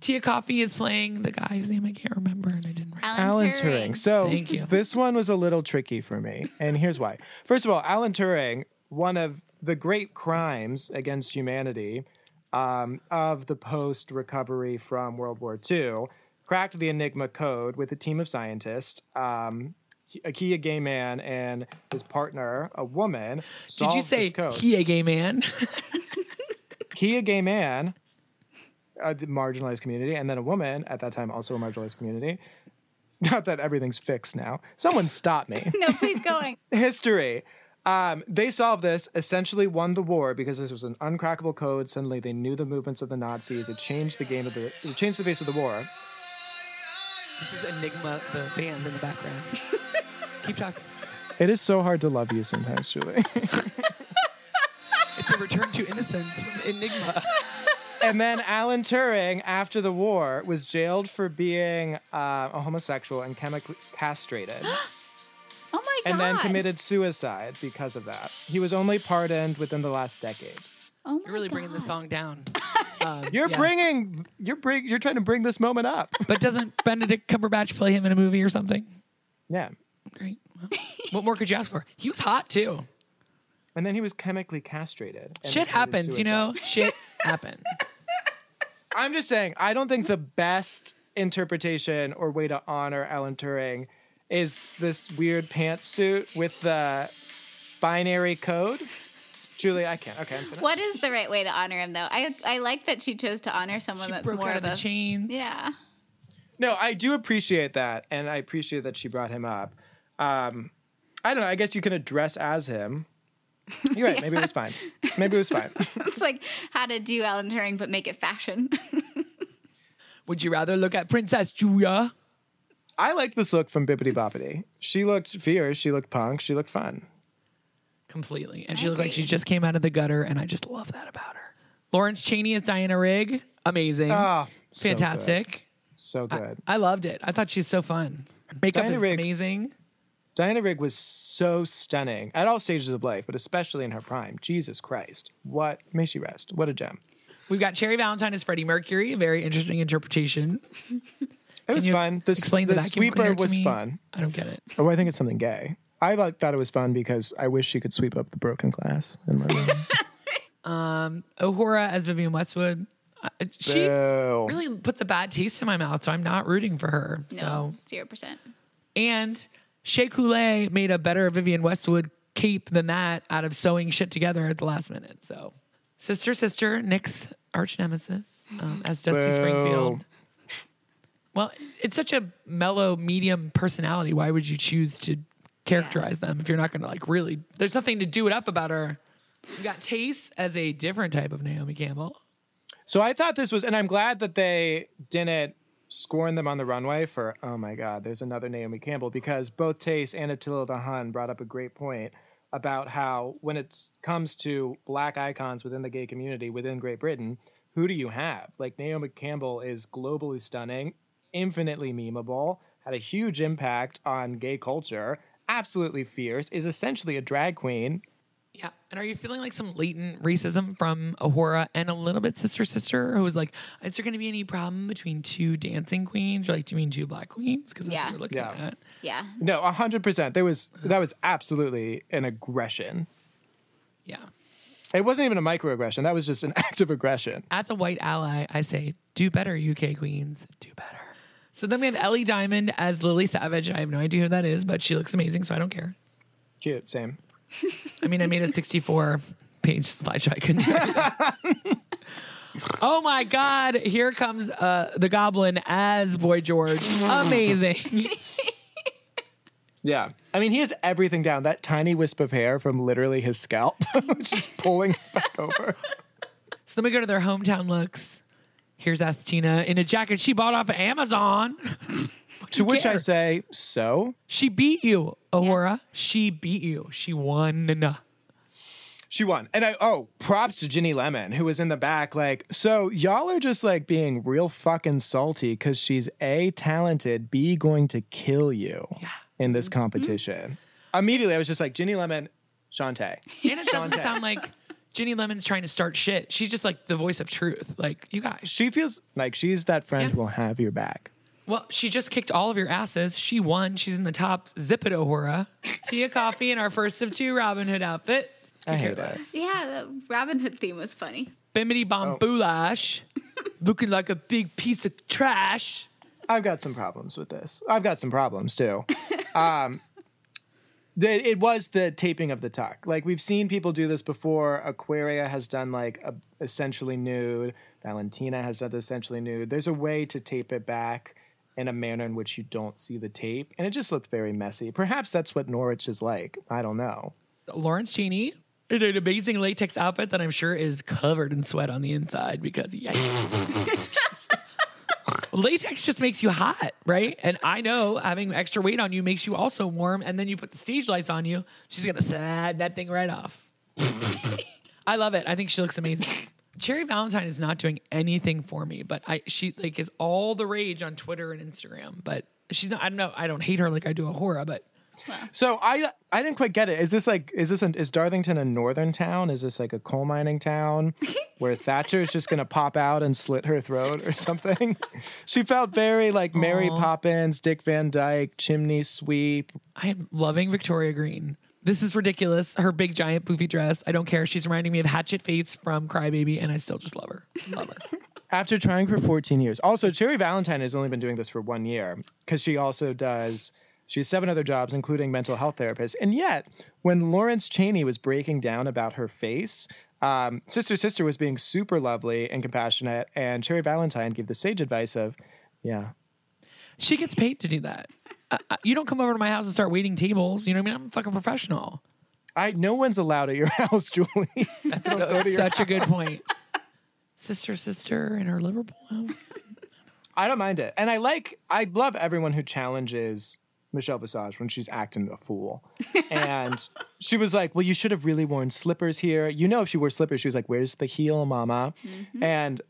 Speaker 3: Tia Coffee is playing the guy's name I can't remember, and I didn't. Write.
Speaker 1: Alan Turing. So
Speaker 3: Thank you.
Speaker 1: this one was a little tricky for me, and here's why. First of all, Alan Turing, one of the great crimes against humanity um, of the post recovery from World War II, cracked the Enigma code with a team of scientists. Um, he- he, a gay man, and his partner, a woman.
Speaker 3: Did you
Speaker 1: solved
Speaker 3: say
Speaker 1: this code.
Speaker 3: he a gay man?
Speaker 1: he a gay man, a marginalized community, and then a woman at that time also a marginalized community. Not that everything's fixed now. Someone stop me.
Speaker 4: no, please going.
Speaker 1: History. Um, they solved this, essentially won the war because this was an uncrackable code. Suddenly they knew the movements of the Nazis. It changed the game of the it changed the face of the war.
Speaker 3: this is Enigma, the band in the background. Keep talking.
Speaker 1: It is so hard to love you sometimes, Julie.
Speaker 3: It's a return to innocence from Enigma.
Speaker 1: and then Alan Turing, after the war, was jailed for being uh, a homosexual and chemically castrated.
Speaker 4: Oh my god.
Speaker 1: and then committed suicide because of that. He was only pardoned within the last decade.
Speaker 4: Oh my
Speaker 3: You're really
Speaker 4: god.
Speaker 3: bringing the song down. Um,
Speaker 1: You're
Speaker 3: yeah.
Speaker 1: bringing you're bring you're trying to bring this moment up.
Speaker 3: But doesn't Benedict Cumberbatch play him in a movie or something?
Speaker 1: yeah.
Speaker 3: Great. Well, what more could you ask for? He was hot too.
Speaker 1: And then he was chemically castrated. and
Speaker 3: Shit
Speaker 1: committed
Speaker 3: happens, you
Speaker 1: suicide.
Speaker 3: know? Shit happens.
Speaker 1: I'm just saying, I don't think the best interpretation or way to honor Alan Turing is this weird pantsuit with the binary code. Julie, I can't. Okay, I'm finished.
Speaker 4: What is the right way to honor him though? I I like that she chose to honor someone
Speaker 3: She
Speaker 4: that's
Speaker 3: broke
Speaker 4: more
Speaker 3: out
Speaker 4: of
Speaker 3: of the
Speaker 4: a
Speaker 3: chains.
Speaker 4: yeah.
Speaker 1: No, I do appreciate that, and I appreciate that she brought him up. Um, I don't know. I guess you can address as him. You're right. Maybe it was fine. Maybe it was fine.
Speaker 4: It's like how to do Alan Turing but make it fashion.
Speaker 3: Would you rather look at Princess Julia?
Speaker 1: I liked this look from Bippity Boppity. She looked fierce. She looked punk. She looked fun.
Speaker 3: Completely. And she looked like she just came out of the gutter, and I just love that about her. Lawrence Cheney as Diana Rigg. Amazing.
Speaker 1: Ah, so good.
Speaker 3: Fantastic.
Speaker 1: So good.
Speaker 3: I loved it. I thought she's so fun. Her Makeup
Speaker 1: Diana
Speaker 3: is
Speaker 1: Rigg.
Speaker 3: amazing.
Speaker 1: Diana Rigg was so stunning at all stages of life, but especially in her prime. Jesus Christ. What may she rest? What a gem.
Speaker 3: We've got Cherry Valentine as Freddie Mercury. A very interesting interpretation.
Speaker 1: It was
Speaker 3: Can you
Speaker 1: fun. The,
Speaker 3: Explain the,
Speaker 1: the
Speaker 3: vacuum
Speaker 1: sweeper
Speaker 3: cleaner to
Speaker 1: was
Speaker 3: me?
Speaker 1: fun.
Speaker 3: I don't get it.
Speaker 1: Oh, I think it's something gay. I like, thought it was fun because I wish she could sweep up the broken glass in my room.
Speaker 3: O'Hora as Vivian Westwood. Uh, she
Speaker 1: Boo.
Speaker 3: really puts a bad taste in my mouth, so I'm not rooting for her.
Speaker 4: No,
Speaker 3: So
Speaker 4: zero percent.
Speaker 3: and Shea Coulee made a better Vivian Westwood cape than that out of sewing shit together at the last minute. So sister, sister, Nick's arch nemesis um, as Dusty
Speaker 1: Boo.
Speaker 3: Springfield. Well, it's such a mellow, medium personality. Why would you choose to characterize them if you're not going to like really? There's nothing to do it up about her. You got Taste as a different type of Naomi Campbell.
Speaker 1: So I thought this was, and I'm glad that they didn't scorn them on the runway for, oh my God, there's another Naomi Campbell, because both Tace and Attila the Hun brought up a great point about how when it comes to black icons within the gay community within Great Britain, who do you have? Like Naomi Campbell is globally stunning, infinitely memeable, had a huge impact on gay culture, absolutely fierce, is essentially a drag queen
Speaker 3: Yeah. And are you feeling like some latent racism from Ahura and a little bit sister sister who was like, is there going to be any problem between two dancing queens? Or like, do you mean two black queens? Because that's
Speaker 4: Yeah.
Speaker 3: what you're looking
Speaker 1: Yeah.
Speaker 3: at.
Speaker 4: Yeah.
Speaker 1: No, hundred percent. There was that was absolutely an aggression.
Speaker 3: Yeah.
Speaker 1: It wasn't even a microaggression. That was just an act of aggression.
Speaker 3: As a white ally, I say, do better, UK queens. Do better. So then we have Ellie Diamond as Lily Savage. I have no idea who that is, but she looks amazing, so I don't care.
Speaker 1: Cute, same.
Speaker 3: I mean, I made a 64 page slideshow. I couldn't. do it. oh my God. Here comes uh, the goblin as Boy George. Amazing.
Speaker 1: Yeah. I mean, he has everything down. That tiny wisp of hair from literally his scalp, which is pulling back over.
Speaker 3: So then we go to their hometown looks. Here's Astina in a jacket she bought off of Amazon.
Speaker 1: To which I
Speaker 3: care?
Speaker 1: say, so
Speaker 3: She beat you, Ahura. She beat you. She won.
Speaker 1: She won. And I oh, props to Ginny Lemon, who was in the back, like, so y'all are just like being real fucking salty because she's A talented, B going to kill you in this competition. Immediately I was just like, Ginny Lemon, Shantae.
Speaker 3: And it doesn't
Speaker 1: Shantae.
Speaker 3: sound like Ginny Lemon's trying to start shit. She's just like the voice of truth. Like, you guys.
Speaker 1: She feels like she's that friend who will have your back.
Speaker 3: Well, she just kicked all of your asses. She won. She's in the top. Zip it, Ahura. Tia Coffee in our first of two Robin Hood outfit.
Speaker 1: I
Speaker 3: care
Speaker 1: hate it.
Speaker 3: less.
Speaker 4: Yeah, the Robin Hood theme was funny.
Speaker 3: Bimini
Speaker 1: Oh.
Speaker 3: Bomboulash. Looking like a big piece of trash.
Speaker 1: I've got some problems with this. I've got some problems too. Um, the, it was the taping of the tuck. Like we've seen people do this before. Aquaria has done like a, essentially nude. Valentina has done essentially nude. There's a way to tape it back in a manner in which you don't see the tape, and it just looked very messy. Perhaps that's what Norwich is like. I don't know.
Speaker 3: Lawrence Cheney in an amazing latex outfit that I'm sure is covered in sweat on the inside because yikes. latex just makes you hot, right? And I know having extra weight on you makes you also warm, and then you put the stage lights on you, she's gonna sad that thing right off. I love it. I think she looks amazing. Cherry Valentine is not doing anything for me, but I she like is all the rage on Twitter and Instagram. But she's not. I don't know. I don't hate her like I do Ahura, but
Speaker 1: So I I didn't quite get it. Is this like is this an, is Darlington a northern town? Is this like a coal mining town where Thatcher is just gonna pop out and slit her throat or something? she felt very like Mary Poppins, Dick Van Dyke, chimney sweep.
Speaker 3: I am loving Victoria Green. This is ridiculous. Her big giant poofy dress. I don't care. She's reminding me of Hatchet Face from Crybaby, and I still just love her. Love her.
Speaker 1: After trying for 14 years. Also, Cherry Valentine has only been doing this for one year because she also does. She has seven other jobs, including mental health therapist. And yet, when Lawrence Cheney was breaking down about her face, um, Sister Sister was being super lovely and compassionate. And Cherry Valentine gave the sage advice of, yeah,
Speaker 3: she gets paid to do that. Uh, uh, you don't come over to my house and start waiting tables. You know what I mean? I'm a fucking professional.
Speaker 1: I no one's allowed at your house, Julie.
Speaker 3: That's so- such a good point. Sister, sister, and her Liverpool. outfit.
Speaker 1: I don't mind it. And I like, I love everyone who challenges Michelle Visage when she's acting a fool. And she was like, Well, you should have really worn slippers here. You know, if she wore slippers, she was like, Where's the heel, mama?
Speaker 3: Mm-hmm.
Speaker 1: And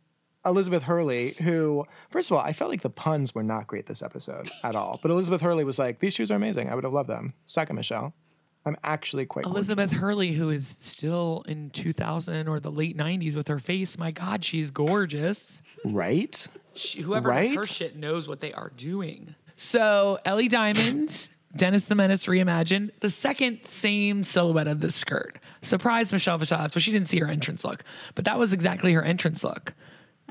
Speaker 1: Elizabeth Hurley, who, first of all, I felt like the puns were not great this episode at all. But Elizabeth Hurley was like, These shoes are amazing. I would have loved them. Suck it, Michelle. I'm actually quite
Speaker 3: Elizabeth
Speaker 1: gorgeous."
Speaker 3: Hurley, who is still in 2000 or the late 90s with her face. My God, she's gorgeous.
Speaker 1: Right?
Speaker 3: She, whoever does her
Speaker 1: Right?
Speaker 3: shit knows what they are doing. So Ellie Diamond, Dennis the Menace reimagined the second same silhouette of this skirt. Surprised Michelle Visage, but she didn't see her entrance look. But that was exactly her entrance look,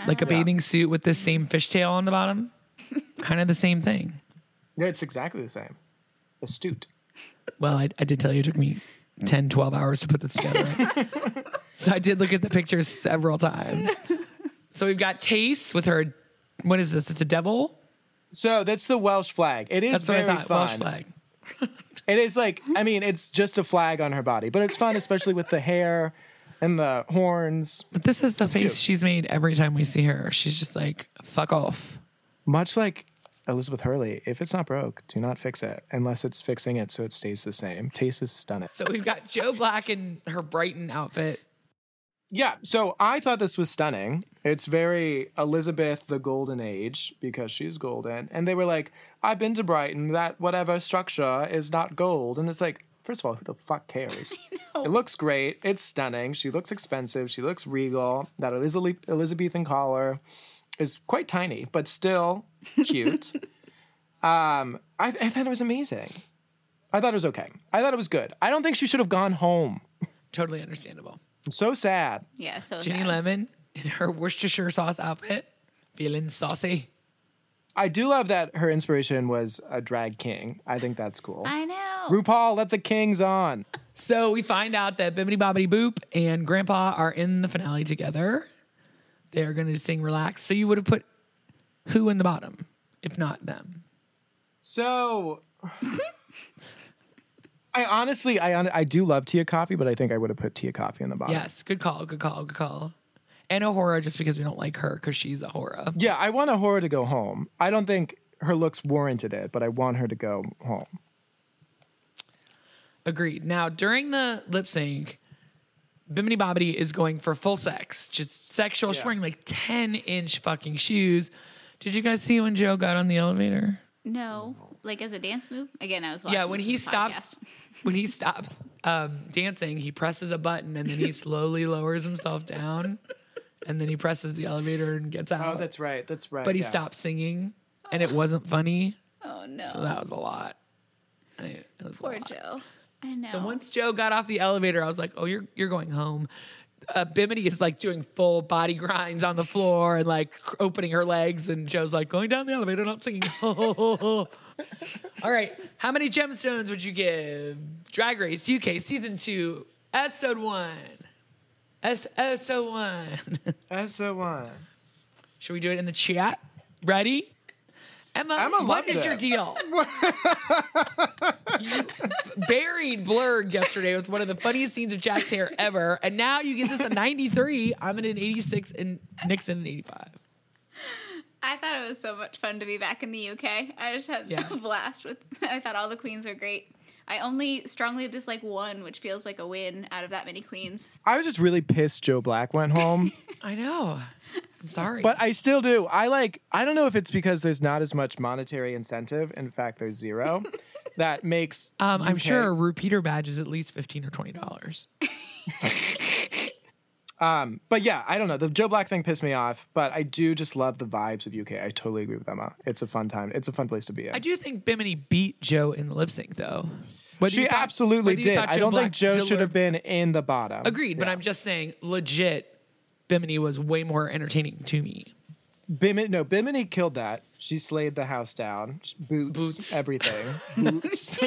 Speaker 3: like a bathing suit with this same fishtail on the bottom. kind of the same thing.
Speaker 1: Yeah, it's exactly the same. Astute.
Speaker 3: Well, I, I did tell you it took me 10, 12 hours to put this together. so I did look at the pictures several times. So we've got Tace with her, what is this? It's a devil?
Speaker 1: So that's the Welsh flag. It is
Speaker 3: That's what
Speaker 1: very
Speaker 3: I thought.
Speaker 1: fun.
Speaker 3: Welsh flag.
Speaker 1: It is like, I mean, it's just a flag on her body, but it's fun, especially with the hair and the horns.
Speaker 3: But this is the face
Speaker 1: cute.
Speaker 3: she's made every time we see her. She's just like, fuck off.
Speaker 1: Much like Elizabeth Hurley, if it's not broke, do not fix it unless it's fixing it so it stays the same. Taste is stunning.
Speaker 3: So we've got Joe Black in her Brighton outfit.
Speaker 1: Yeah, so I thought this was stunning. It's very Elizabeth the Golden Age because she's golden. And they were like, I've been to Brighton, that whatever structure is not gold. And it's like, First of all, who the fuck cares? It looks great. It's stunning. She looks expensive. She looks regal. That Eliz- Elizabethan collar is quite tiny, but still cute. um, I, I thought it was amazing. I thought it was okay. I thought it was good. I don't think she should have gone home.
Speaker 3: Totally understandable.
Speaker 1: I'm so sad.
Speaker 4: Yeah, so
Speaker 3: Ginny
Speaker 4: sad.
Speaker 3: Lemon in her Worcestershire sauce outfit, feeling saucy.
Speaker 1: I do love that her inspiration was a drag king. I think that's cool.
Speaker 4: I know.
Speaker 1: RuPaul, let the kings on.
Speaker 3: So we find out that Bibbidi Bobbidi Boop and Grandpa are in the finale together. They're going to sing Relax. So you would have put who in the bottom, if not them?
Speaker 1: So, I honestly, I hon- I do love Tia Coffee, but I think I would have put Tia Coffee in the bottom.
Speaker 3: Yes, good call, good call, good call. And Ahura, just because we don't like her because she's a horror.
Speaker 1: Yeah, I want Ahura to go home. I don't think her looks warranted it, but I want her to go home.
Speaker 3: Agreed. Now, during the lip sync, Bimini Bobbidi is going for full sex, just sexual. She's
Speaker 1: Yeah.
Speaker 3: wearing like 10 inch fucking shoes. Did you guys see when Joe got on the elevator?
Speaker 4: No, like as a dance move. Again, I was watching.
Speaker 3: yeah, when
Speaker 4: this
Speaker 3: he
Speaker 4: podcast.
Speaker 3: stops, when he stops um, dancing, he presses a button and then he slowly lowers himself down, and then he presses the elevator and gets out.
Speaker 1: right. Oh, That's right.
Speaker 3: but he stopped singing, and it wasn't funny.
Speaker 4: Oh no,
Speaker 3: So that was a lot. I- it was a
Speaker 4: poor
Speaker 3: lot.
Speaker 4: Joe. I know.
Speaker 3: So once Joe got off the elevator, I was like, "Oh, you're you're going home." Uh, Bimini is like doing full body grinds on the floor and like cr- opening her legs, and Joe's like going down the elevator, not singing. All right, how many gemstones would you give Drag Race UK season two, episode one? S episode one.
Speaker 1: That's the one.
Speaker 3: Should we do it in the chat? Ready? Emma,
Speaker 1: Emma
Speaker 3: what
Speaker 1: loved
Speaker 3: is your
Speaker 1: it.
Speaker 3: deal? you buried Blurg yesterday with one of the funniest scenes of Jack's hair ever, and now you give this a 93. I'm in an 86, and Nick's in an 85.
Speaker 4: I thought it was so much fun to be back in the UK. I just had
Speaker 3: Yes.
Speaker 4: a blast with. I thought all the queens were great. I only strongly dislike one, which feels like a win out of that many queens.
Speaker 1: I was just really pissed Joe Black went home.
Speaker 3: I know. I'm sorry.
Speaker 1: But I still do. I like. I don't know if it's because there's not as much monetary incentive. In fact, there's zero. that makes.
Speaker 3: um, I'm
Speaker 1: UK
Speaker 3: sure a repeater badge is at least 15 or 20 dollars.
Speaker 1: But yeah, I don't know. The Joe Black thing pissed me off, but I do just love the vibes of UK. I totally agree with Emma. It's a fun time. It's a fun place to be in.
Speaker 3: I do think Bimini beat Joe in the lip sync, though. Whether
Speaker 1: she
Speaker 3: you thought-
Speaker 1: absolutely
Speaker 3: whether
Speaker 1: did.
Speaker 3: you thought
Speaker 1: I don't think
Speaker 3: Black
Speaker 1: Joe should
Speaker 3: delivered-
Speaker 1: have been in the bottom.
Speaker 3: Agreed, but I'm just saying, legit, Bimini was way more entertaining to me.
Speaker 1: Bimini, no, Bimini killed that. She slayed the house down. She- Boots,
Speaker 3: Boots.
Speaker 1: everything. Boots.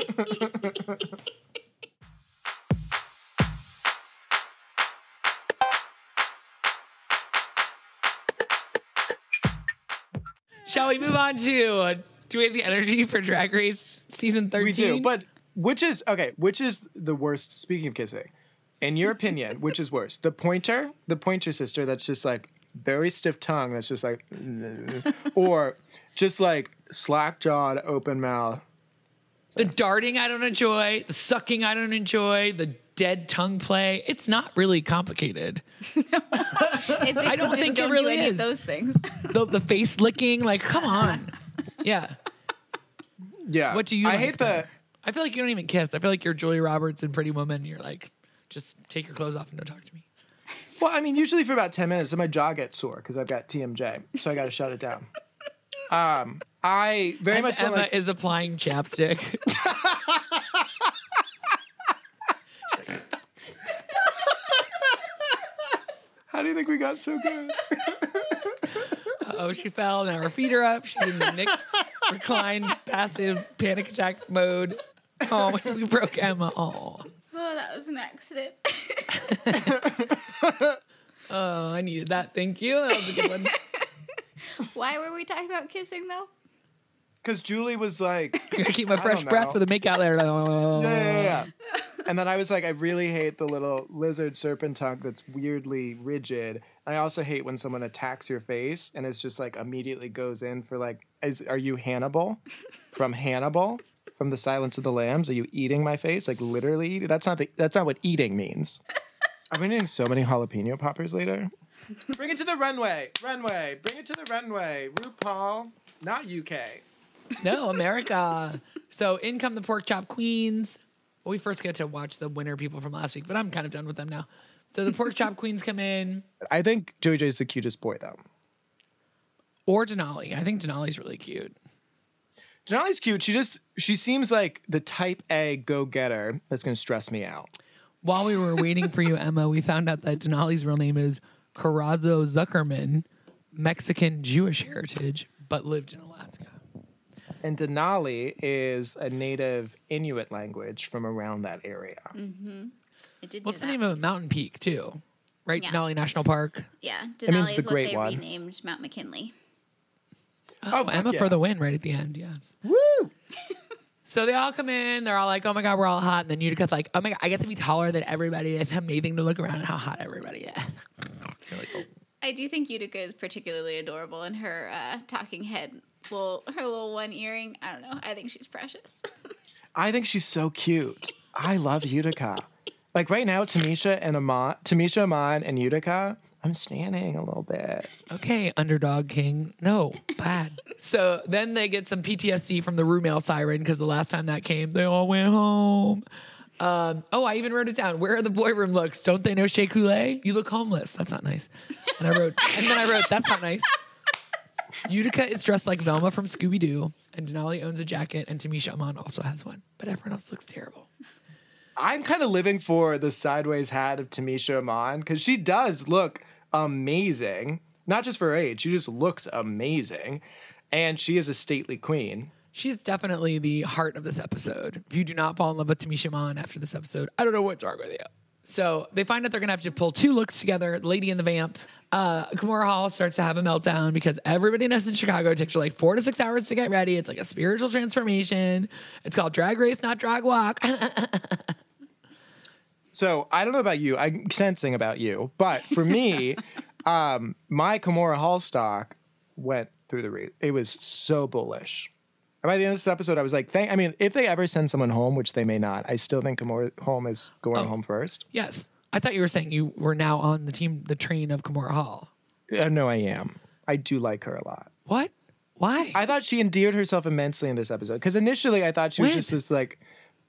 Speaker 3: Shall we move on to uh, do we have the energy for Drag Race season 13?
Speaker 1: we do, but which is okay? Which is the worst? Speaking of kissing, in your opinion, which is worse? The pointer, the pointer sister, that's just like very stiff tongue. That's just like, or just like slack jawed, open mouth.
Speaker 3: the darting I don't enjoy, the sucking I don't enjoy, the dead tongue play. It's not really complicated.
Speaker 4: It's I
Speaker 3: don't think it
Speaker 4: don't do
Speaker 3: really
Speaker 4: any
Speaker 3: is.
Speaker 4: of those things.
Speaker 3: The, the face licking, like, come on. Yeah.
Speaker 1: Yeah.
Speaker 3: What do you
Speaker 1: I
Speaker 3: like
Speaker 1: hate the.
Speaker 3: I feel like you don't even kiss. I feel like you're Julia Roberts and Pretty Woman. And you're like, just take your clothes off and don't talk to me.
Speaker 1: Well, I mean, usually for about 10 minutes, then my jaw gets sore because I've got TMJ. So I got to shut it down. Um, I very
Speaker 3: As
Speaker 1: much don't
Speaker 3: Emma
Speaker 1: like.
Speaker 3: is applying chapstick.
Speaker 1: How do you think we got so good?
Speaker 3: Oh, she fell. Now her feet are up. She's in the Nick reclined passive panic attack mode. Oh, we broke Emma. Oh.
Speaker 4: oh, that was an accident.
Speaker 3: Oh, I needed that. Thank you. That was a good one.
Speaker 4: Why were we talking about kissing though?
Speaker 1: Because Julie was like,
Speaker 3: I gotta keep my fresh
Speaker 1: know.
Speaker 3: breath with a make out there.
Speaker 1: yeah, yeah, yeah. yeah. And then I was like, I really hate the little lizard serpent tongue that's weirdly rigid. And I also hate when someone attacks your face and it's just like immediately goes in for like, is, are you Hannibal from Hannibal from The Silence of the Lambs? Are you eating my face? Like literally eating? That's not the, that's not what eating means. I've been eating so many jalapeno poppers later. Bring it to the runway, runway, bring it to the runway. RuPaul, not UK.
Speaker 3: No, America. So in come the pork chop queens. we first get to watch the winner people from last week, but I'm kind of done with them now. So the pork chop queens come in,
Speaker 1: I think Joey J is the cutest boy though.
Speaker 3: or Denali. I think Denali's really cute.
Speaker 1: Denali's cute. She just she seems like the type A go getter that's gonna stress me out.
Speaker 3: While we were waiting for you, Emma, we found out that Denali's real name is Corazzo Zuckerman, Mexican Jewish heritage, but lived in Alaska.
Speaker 1: And Denali is a native Inuit language from around that area.
Speaker 3: Mm-hmm.
Speaker 4: I did
Speaker 3: What's the
Speaker 4: know
Speaker 3: name
Speaker 4: that.
Speaker 3: of a mountain peak too? Right,
Speaker 4: Yeah.
Speaker 3: Denali National Park.
Speaker 4: Yeah,
Speaker 1: It means
Speaker 4: Denali
Speaker 1: the
Speaker 4: is what
Speaker 1: Great
Speaker 4: they
Speaker 1: One.
Speaker 4: renamed Mount McKinley.
Speaker 1: Oh, fuck
Speaker 3: Emma
Speaker 1: yeah.
Speaker 3: for the win right at the end. Yes.
Speaker 1: Woo!
Speaker 3: So they all come in. They're all like, "Oh my god, we're all hot." And then Utica's like, "Oh my god, I get to be taller than everybody. It's amazing to look around at how hot everybody is."
Speaker 4: I do think Utica is particularly adorable in her uh, talking head, little, her little one earring. I don't know. I think she's precious.
Speaker 1: I think she's so cute. I love Utica. Like right now, Tamisha and Amon, Tamisha, Amon, and Utica. I'm standing a little bit.
Speaker 3: okay, underdog king. No, bad. so then they get some PTSD from the roommate siren because the last time that came, they all went home. Um, oh, I even wrote it down. Where are the boy room looks? Don't they know Shea Coulee? You look homeless. That's not nice. And I wrote, and then I wrote, that's not nice. Utica is dressed like Velma from Scooby Doo, and Denali owns a jacket, and Tamisha Amon also has one, but everyone else looks terrible.
Speaker 1: I'm kind of living for the sideways hat of Tamisha Amon because she does look amazing. Not just for her age, she just looks amazing. And she is a stately queen.
Speaker 3: She's definitely the heart of this episode. If you do not fall in love with Tamisha Mon after this episode, I don't know what's wrong with you. So they find out they're gonna have to pull two looks together. Lady and the Vamp. Uh, Kimura Hall starts to have a meltdown because everybody knows in Chicago it takes you like four to six hours to get ready. It's like a spiritual transformation. It's called drag race, not drag walk.
Speaker 1: So I don't know about you. I'm sensing about you, but for me, um, my Kimura Hall stock went through the roof. It was so bullish. And by the end of this episode, I was like, "Thank." I mean, if they ever send someone home, which they may not, I still think Kimura home is going home first.
Speaker 3: yes, I thought you were saying you were now on the team, the train of Kimura Hall.
Speaker 1: Uh, no, I am. I do like her a lot.
Speaker 3: What? Why?
Speaker 1: I thought she endeared herself immensely in this episode because initially I thought she was
Speaker 3: When?
Speaker 1: just this like,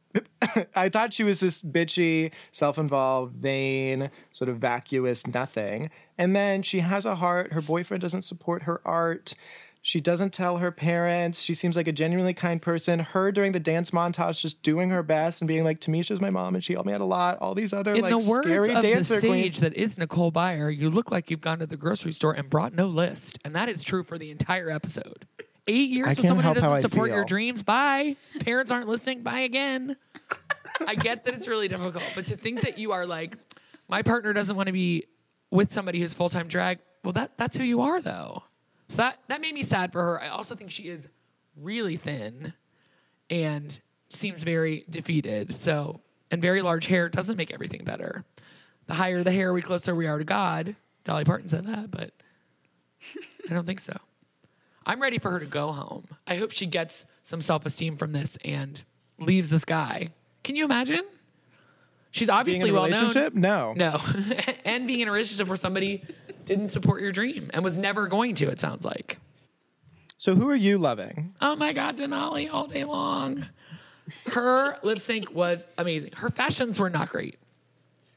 Speaker 1: I thought she was this bitchy, self-involved, vain, sort of vacuous nothing. And then she has a heart. Her boyfriend doesn't support her art. She doesn't tell her parents. She seems like a genuinely kind person. Her during the dance montage, just doing her best and being like, "Tamisha's my mom, and she helped me out a lot." All these other
Speaker 3: In
Speaker 1: like
Speaker 3: the words
Speaker 1: scary
Speaker 3: of the
Speaker 1: dancer
Speaker 3: sage
Speaker 1: queens.
Speaker 3: that is Nicole Byer, you look like you've gone to the grocery store and brought no list, and that is true for the entire episode. Eight years
Speaker 1: I
Speaker 3: with
Speaker 1: can't
Speaker 3: someone who
Speaker 1: help how
Speaker 3: doesn't
Speaker 1: I
Speaker 3: support your
Speaker 1: feel.
Speaker 3: dreams. Bye. Parents aren't listening. Bye again. I get that it's really difficult, but to think that you are like, my partner doesn't want to be with somebody who's full time drag. Well, that that's who you are though. So that that made me sad for her. I also think she is really thin and seems very defeated. So, and very large hair doesn't make everything better. The higher the hair, we closer we are to God. Dolly Parton said that, but I don't think so. I'm ready for her to go home. I hope she gets some self esteem from this and leaves this guy. Can you imagine? She's
Speaker 1: Being in
Speaker 3: obviously
Speaker 1: a
Speaker 3: well
Speaker 1: relationship?
Speaker 3: known.
Speaker 1: No.
Speaker 3: No. and being in a relationship where somebody didn't support your dream and was never going to, it sounds like.
Speaker 1: So who are you loving?
Speaker 3: Oh my God, Denali all day long. Her lip sync was amazing. Her fashions were not great.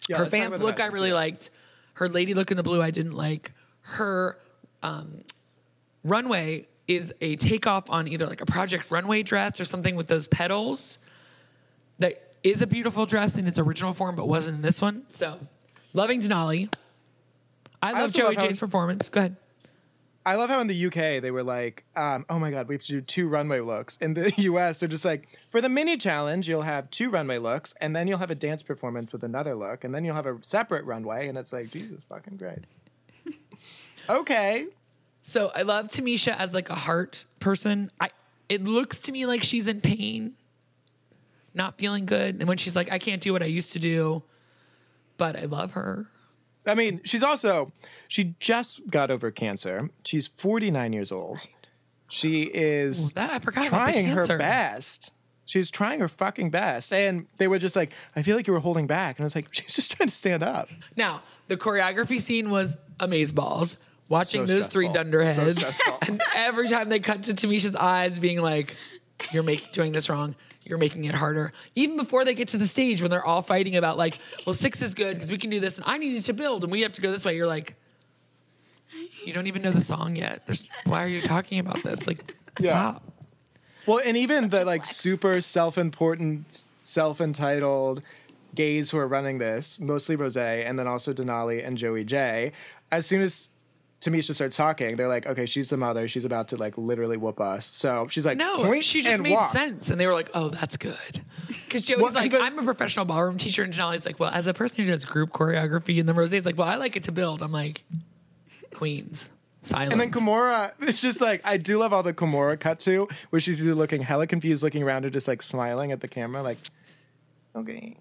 Speaker 1: Yeah,
Speaker 3: her
Speaker 1: let's talk
Speaker 3: vamp
Speaker 1: about the
Speaker 3: look I
Speaker 1: matches.
Speaker 3: really liked. Her lady look in the blue I didn't like. Her um, runway is a takeoff on either like a project runway dress or something with those petals that is a beautiful dress in its original form but wasn't in this one. So loving Denali. I love
Speaker 1: also
Speaker 3: Joey
Speaker 1: love how-
Speaker 3: J's performance. Go ahead.
Speaker 1: I love how in the UK they were like, um, "Oh my God, we have to do two runway looks." In the US, they're just like, "For the mini challenge, you'll have two runway looks, and then you'll have a dance performance with another look, and then you'll have a separate runway." And it's like, Jesus fucking Christ. okay,
Speaker 3: So I love Tamisha as like a heart person. I it looks to me like she's in pain, not feeling good, and when she's like, I can't do what I used to do, but I love her.
Speaker 1: I mean, she's also she just got over cancer. She's forty nine years old. She is
Speaker 3: That I forgot about the
Speaker 1: trying her
Speaker 3: cancer.
Speaker 1: best. She's trying her fucking best, and they were just like, "I feel like you were holding back," and I was like, "She's just trying to stand up."
Speaker 3: Now the choreography scene was amazeballs. Watching
Speaker 1: So
Speaker 3: those three
Speaker 1: stressful. So
Speaker 3: dunderheads,
Speaker 1: stressful.
Speaker 3: and every time they cut to Tamisha's eyes, being like, "You're making doing this wrong. You're making it harder. Even before they get to the stage when they're all fighting about like, well, six is good because we can do this, and I needed to build, and we have to go this way. You're like, you don't even know the song yet. There's, why are you talking about this? Like,
Speaker 1: Yeah.
Speaker 3: stop.
Speaker 1: Well, and even the like
Speaker 4: flex.
Speaker 1: super self-important, self-entitled gays who are running this, mostly Rose and then also Denali and Joey J, as soon as Tamisha starts talking, they're like, okay, she's the mother. She's about to like literally whoop us. So she's like,
Speaker 3: No,
Speaker 1: point
Speaker 3: she just
Speaker 1: and
Speaker 3: made
Speaker 1: walk.
Speaker 3: sense. And they were like, oh, that's good. Because Joey's
Speaker 1: Well,
Speaker 3: like,
Speaker 1: but-
Speaker 3: I'm a professional ballroom teacher. And Denali's like, well, as a person who does group choreography, and then Rose's like, well, I like it to build. I'm like, Queens. Silence.
Speaker 1: And then Kimora, it's just like, I do love all the Kimora cut to, where she's either looking hella confused, looking around, or just like smiling at the camera, like, okay.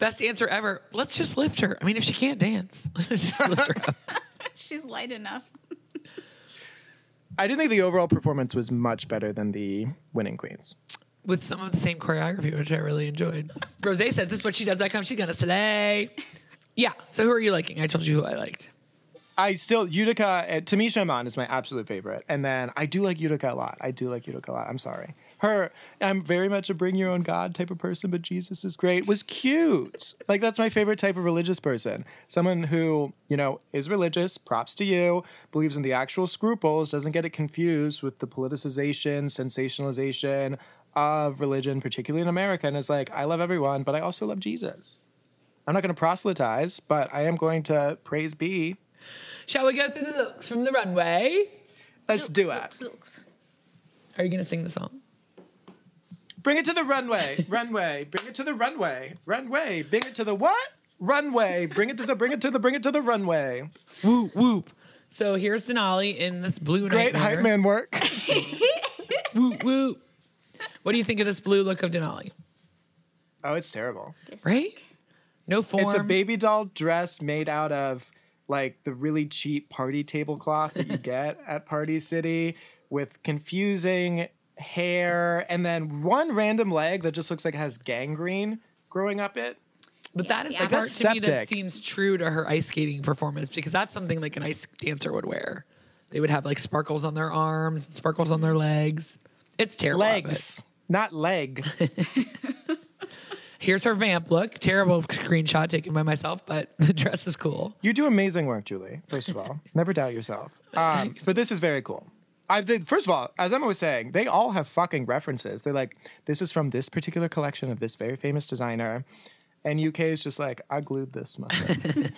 Speaker 3: Best answer ever. Let's just lift her. I mean, if she can't dance, let's just lift her up.
Speaker 4: She's light enough.
Speaker 1: I do think the overall performance was much better than the winning queens.
Speaker 3: With some of the same choreography, which I really enjoyed. Rose says, this is what she does back home. She's going to slay. Yeah. So who are you liking? I told you who I liked.
Speaker 1: I still Utica uh, Tamisha Amon is my absolute favorite, and then I do like Utica a lot. I do like Utica a lot. I'm sorry, her. I'm very much a bring your own God type of person, but Jesus is great was cute. Like that's my favorite type of religious person. Someone who you know is religious. Props to you. Believes in the actual scruples. Doesn't get it confused with the politicization, sensationalization of religion, particularly in America. And is like, I love everyone, but I also love Jesus. I'm not going to proselytize, but I am going to praise be
Speaker 3: Shall we go through the looks from the runway?
Speaker 1: Let's do it.
Speaker 3: Are you going to sing the song?
Speaker 1: Bring it to the runway, runway. Bring it to the runway, runway. Bring it to the what? Runway. Bring it to the. Bring it to the. Bring it to the runway.
Speaker 3: Whoop whoop. So here's Denali in this blue
Speaker 1: Great hype man work.
Speaker 3: Whoop whoop. What do you think of this blue look of Denali?
Speaker 1: Oh, it's terrible.
Speaker 3: Right? No form.
Speaker 1: It's a baby doll dress made out of like the really cheap party tablecloth that you get at Party City with confusing hair and then one random leg that just looks like it has gangrene growing up it.
Speaker 3: But that is
Speaker 4: Yeah.
Speaker 3: the part
Speaker 1: That's
Speaker 3: to me that
Speaker 1: septic.
Speaker 3: seems true to her ice skating performance because that's something like an ice dancer would wear. They would have like sparkles on their arms, and sparkles on their legs. It's terrible. but-
Speaker 1: Legs, not leg.
Speaker 3: Here's her vamp look. Terrible screenshot taken by myself, but the dress is cool.
Speaker 1: You do amazing work, Julie. First of all, never doubt yourself. Um, but this is very cool. I think, first of all, as I'm always saying, they all have fucking references. They're like, this is from this particular collection of this very famous designer, and UK is just like, I glued this muffin.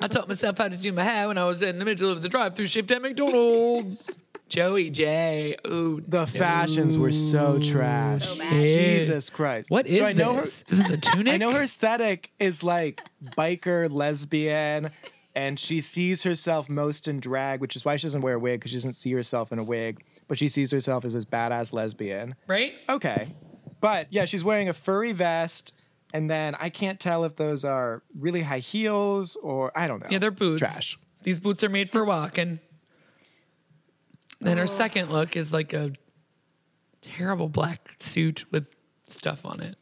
Speaker 3: I taught myself how to do my hair when I was in the middle of the drive-through shift at McDonald's. Joey J. Ooh,
Speaker 1: the fashions were so trash.
Speaker 4: So bad.
Speaker 1: Jesus Christ!
Speaker 3: What is
Speaker 1: so I know
Speaker 3: this? Is this a tunic?
Speaker 1: her. I know her aesthetic is like biker lesbian. And she sees herself most in drag, which is why she doesn't wear a wig because she doesn't see herself in a wig. But she sees herself as this badass lesbian.
Speaker 3: right?
Speaker 1: Okay. But yeah, she's wearing a furry vest. And then I can't tell if those are really high heels or I don't know.
Speaker 3: Yeah, they're boots.
Speaker 1: Trash.
Speaker 3: These boots are made for walking. Then her second look is like a terrible black suit with stuff on it.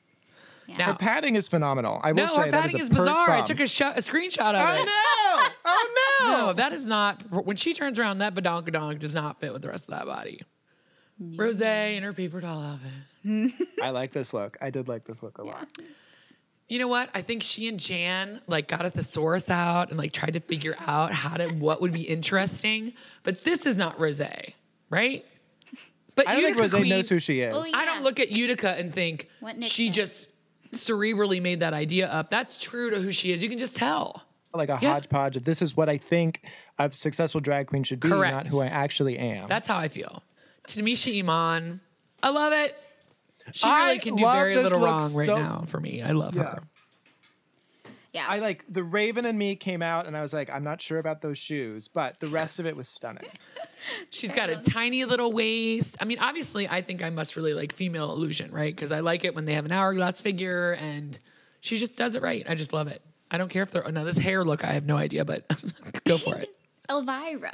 Speaker 4: Yeah.
Speaker 3: Now,
Speaker 1: Her padding is phenomenal. I will
Speaker 3: Oh. no,
Speaker 1: say
Speaker 3: her
Speaker 1: that is,
Speaker 3: padding is
Speaker 1: a perk
Speaker 3: bizarre. I
Speaker 1: bum.
Speaker 3: took a, shot, a screenshot of
Speaker 1: Oh
Speaker 3: it.
Speaker 1: no! Oh no!
Speaker 3: No, that is not. When she turns around, that badonkadonk does not fit with the rest of that body. Rose in her paper doll outfit.
Speaker 1: I like this look. I did like this look a lot.
Speaker 3: You know what? I think she and Jan like got a thesaurus out and like tried to figure out how to what would be interesting. But this is not Rose, right? But
Speaker 1: I don't think
Speaker 3: Utica
Speaker 1: Rose
Speaker 3: Queen-
Speaker 1: knows who she is.
Speaker 4: Oh, yeah.
Speaker 3: I don't look at Utica and think
Speaker 4: What Nick
Speaker 3: she
Speaker 4: said.
Speaker 3: just cerebrally made that idea up. That's true to who she is. You can just tell.
Speaker 1: Like a
Speaker 3: Yeah.
Speaker 1: hodgepodge of this is what I think a successful drag queen should be,
Speaker 3: Correct.
Speaker 1: not who I actually am.
Speaker 3: That's how I feel. Tamisha Iman, I love it. She
Speaker 1: I
Speaker 3: really can do
Speaker 1: love
Speaker 3: very
Speaker 1: this
Speaker 3: little
Speaker 1: look
Speaker 3: wrong right
Speaker 1: so-
Speaker 3: now for me. I love
Speaker 1: Yeah.
Speaker 3: her.
Speaker 4: Yeah.
Speaker 1: I like the Raven and me came out, and I was like, I'm not sure about those shoes, but the rest of it was stunning.
Speaker 3: She's got a tiny little waist. I mean, obviously, I think I must really like female illusion, right? Because I like it when they have an hourglass figure and she just does it right. I just love it. I don't care if they're, now this hair look, I have no idea, but go for it.
Speaker 4: Elvira.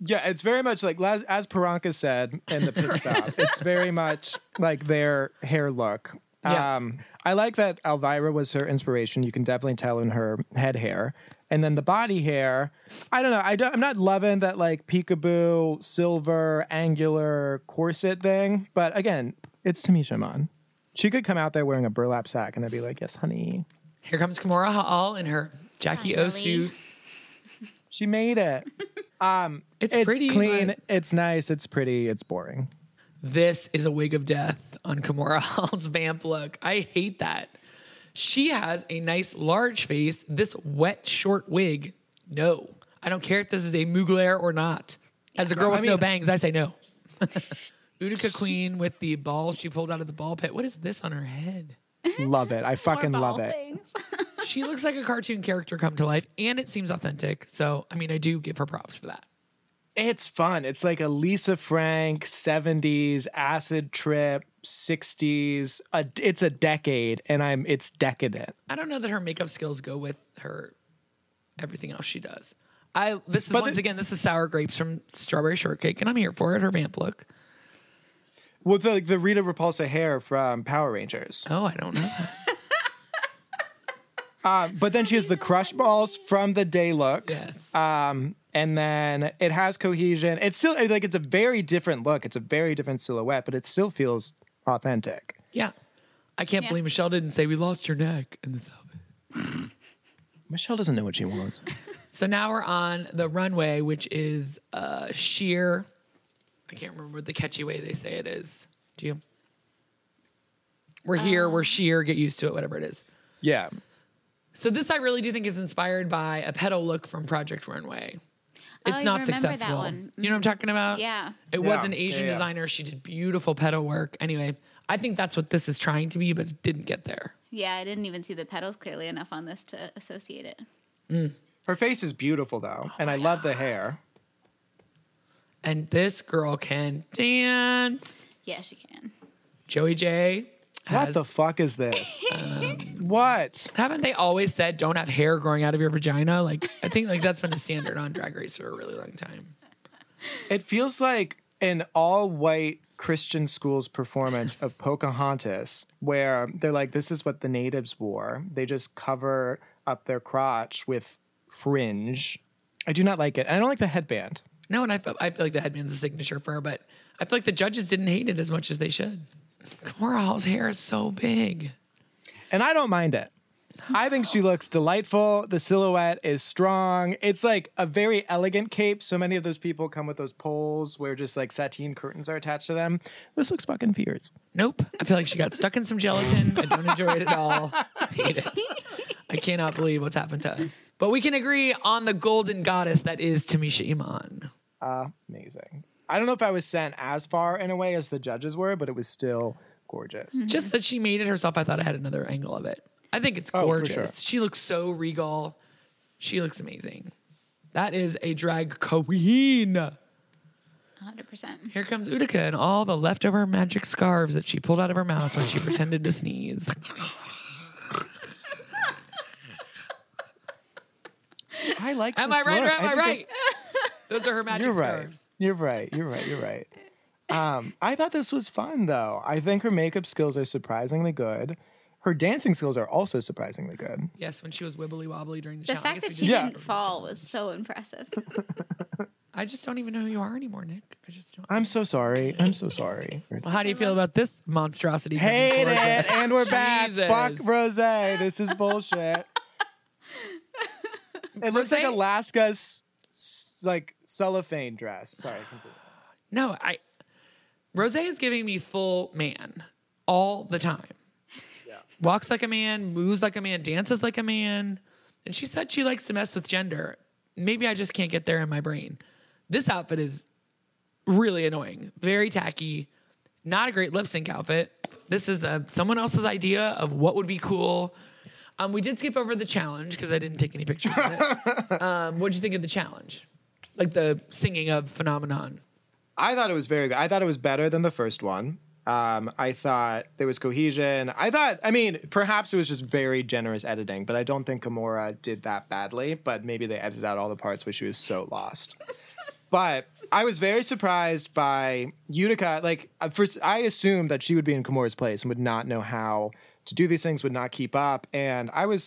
Speaker 1: Yeah, it's very much like as, as Peranka said in the pit stop. it's very much like their hair look.
Speaker 3: Yeah.
Speaker 1: Um, I like that Elvira was her inspiration. You can definitely tell in her head hair, and then the body hair. I don't know. I don't, I'm not loving that like peekaboo silver angular corset thing. But again, It's Tamisha Mon. She could come out there wearing a burlap sack and I'd be like, yes, honey.
Speaker 3: Here comes Kimora Hall in her Jackie O
Speaker 4: Finally.
Speaker 3: suit.
Speaker 1: She made it. Um,
Speaker 3: It's
Speaker 1: it's
Speaker 3: pretty,
Speaker 1: clean.
Speaker 3: but-
Speaker 1: It's nice. It's pretty. It's boring.
Speaker 3: This is a wig of death on Kimora Hall's vamp look. I hate that. She has a nice large face. This wet short wig, no. I don't care if this is a Mugler or not. As a girl with no
Speaker 1: mean-
Speaker 3: bangs, I say no. Utica Queen with the ball she pulled out of the ball pit. What is this on her head?
Speaker 1: Love it. I fucking love it.
Speaker 3: She looks like a cartoon character come to life, and it seems authentic. So, I mean, I do give her props for that.
Speaker 1: It's fun. It's like a Lisa Frank 70s acid trip 60s. A, it's a decade and I'm it's decadent.
Speaker 3: I don't know that her makeup skills go with her everything else she does. I this is
Speaker 1: But
Speaker 3: once
Speaker 1: the-
Speaker 3: again this is sour grapes from strawberry shortcake, and I'm here for it. Her vamp look.
Speaker 1: Well, the, like the Rita Repulsa hair from Power Rangers.
Speaker 3: Oh, I don't know. that.
Speaker 1: Um, but then she has the crush balls from the day look.
Speaker 3: yes,
Speaker 1: Um, and then it has cohesion. It's still like it's a very different look. It's a very different silhouette, but it still feels authentic.
Speaker 3: yeah. I can't
Speaker 4: Yeah.
Speaker 3: believe Michelle didn't say we lost your neck in this outfit.
Speaker 1: Michelle doesn't know what she wants.
Speaker 3: So now we're on the runway, which is uh, sheer. I can't remember the catchy way they say it is. Do you? We're here. we're sheer. Get used to it. Whatever it is.
Speaker 1: yeah.
Speaker 3: So this I really do think is inspired by a pedal look from Project Runway.
Speaker 4: Oh,
Speaker 3: It's
Speaker 4: I
Speaker 3: not
Speaker 4: remember that
Speaker 3: successful.
Speaker 4: one. Mm-hmm.
Speaker 3: You know what I'm talking about?
Speaker 4: Yeah.
Speaker 3: It was
Speaker 1: Yeah,
Speaker 3: an Asian
Speaker 1: yeah, yeah.
Speaker 3: designer. She did beautiful pedal work. Anyway, I think that's what this is trying to be, but it didn't get there.
Speaker 4: Yeah, I didn't even see the petals clearly enough on this to associate it.
Speaker 1: Her face is beautiful though, and I love the hair.
Speaker 3: And this girl can dance.
Speaker 4: Yeah, she can.
Speaker 3: Joey J.
Speaker 1: What
Speaker 3: has-
Speaker 1: the fuck is this? Um, what?
Speaker 3: haven't they always said don't have hair growing out of your vagina? Like I think like that's been a standard on Drag Race for a really long time.
Speaker 1: It feels like an all white Christian school's performance of Pocahontas, where they're like, this is what the natives wore. They just cover up their crotch with fringe. I do not like it. And I don't like the headband.
Speaker 3: No, and I feel, I feel like the headband's a signature for her, but I feel like the judges didn't hate it as much as they should. Kamora Hall's hair is so big.
Speaker 1: And I don't mind it. I think she looks delightful. The silhouette is strong. It's like a very elegant cape. So many of those people come with those poles where just like sateen curtains are attached to them. This looks fucking fierce.
Speaker 3: Nope. I feel like she got stuck in some gelatin. I don't enjoy it at all. Hate it. I cannot believe what's happened to us. But we can agree on the golden goddess that is Tamisha Iman.
Speaker 1: amazing. I don't know if I was sent as far in a way as the judges were, but it was still gorgeous.
Speaker 3: Just that she made it herself, I thought I had another angle of it. I think it's
Speaker 1: Oh, for
Speaker 3: gorgeous.
Speaker 1: sure.
Speaker 3: She looks so regal. She looks amazing. That is a drag queen.
Speaker 4: 100%.
Speaker 3: Here comes Utica and all the leftover magic scarves that she pulled out of her mouth when she pretended to sneeze.
Speaker 1: I like.
Speaker 3: Am
Speaker 1: this
Speaker 3: I right
Speaker 1: look.
Speaker 3: or am I,
Speaker 1: think it-
Speaker 3: right? Those are her magic
Speaker 1: You're right.
Speaker 3: scarves.
Speaker 1: You're right. You're right. You're right. Um, I thought this was fun though. I think her makeup skills are surprisingly good. Her dancing skills are also surprisingly good.
Speaker 3: Yes, when she was wibbly wobbly during the,
Speaker 4: The
Speaker 3: show. I
Speaker 4: fact
Speaker 3: guess
Speaker 4: that
Speaker 3: we
Speaker 4: she
Speaker 3: did-
Speaker 1: Yeah.
Speaker 4: didn't fall was so impressive.
Speaker 3: I just don't even know who you are anymore, Nick. I just don't.
Speaker 1: I'm so sorry. I'm so sorry.
Speaker 3: Well, how do you feel about this monstrosity? coming
Speaker 1: Hate
Speaker 3: towards us?
Speaker 1: it, and we're back.
Speaker 3: Jesus.
Speaker 1: Fuck Rose. This is bullshit. It looks like
Speaker 3: Rosé?
Speaker 1: Alaska's s- like cellophane dress. Sorry, continue.
Speaker 3: No, I. Rose is giving me full man all the time. Walks like a man, moves like a man, dances like a man. And she said she likes to mess with gender. Maybe I just can't get there in my brain. This outfit is really annoying, very tacky, not a great lip sync outfit. This is uh someone else's idea of what would be cool. Um, we did skip over the challenge because I didn't take any pictures of it. um, what'd you think of the challenge? Like the singing of Phenomenon.
Speaker 1: I thought it was very good. I thought it was better than the first one. Um, I thought there was cohesion. I thought, I mean, perhaps it was just very generous editing, but I don't think Gamora did that badly. But maybe they edited out all the parts where she was so lost. but I was very surprised by Utica. Like, at first, I assumed that she would be in Gamora's place and would not know how to do these things, would not keep up. And I was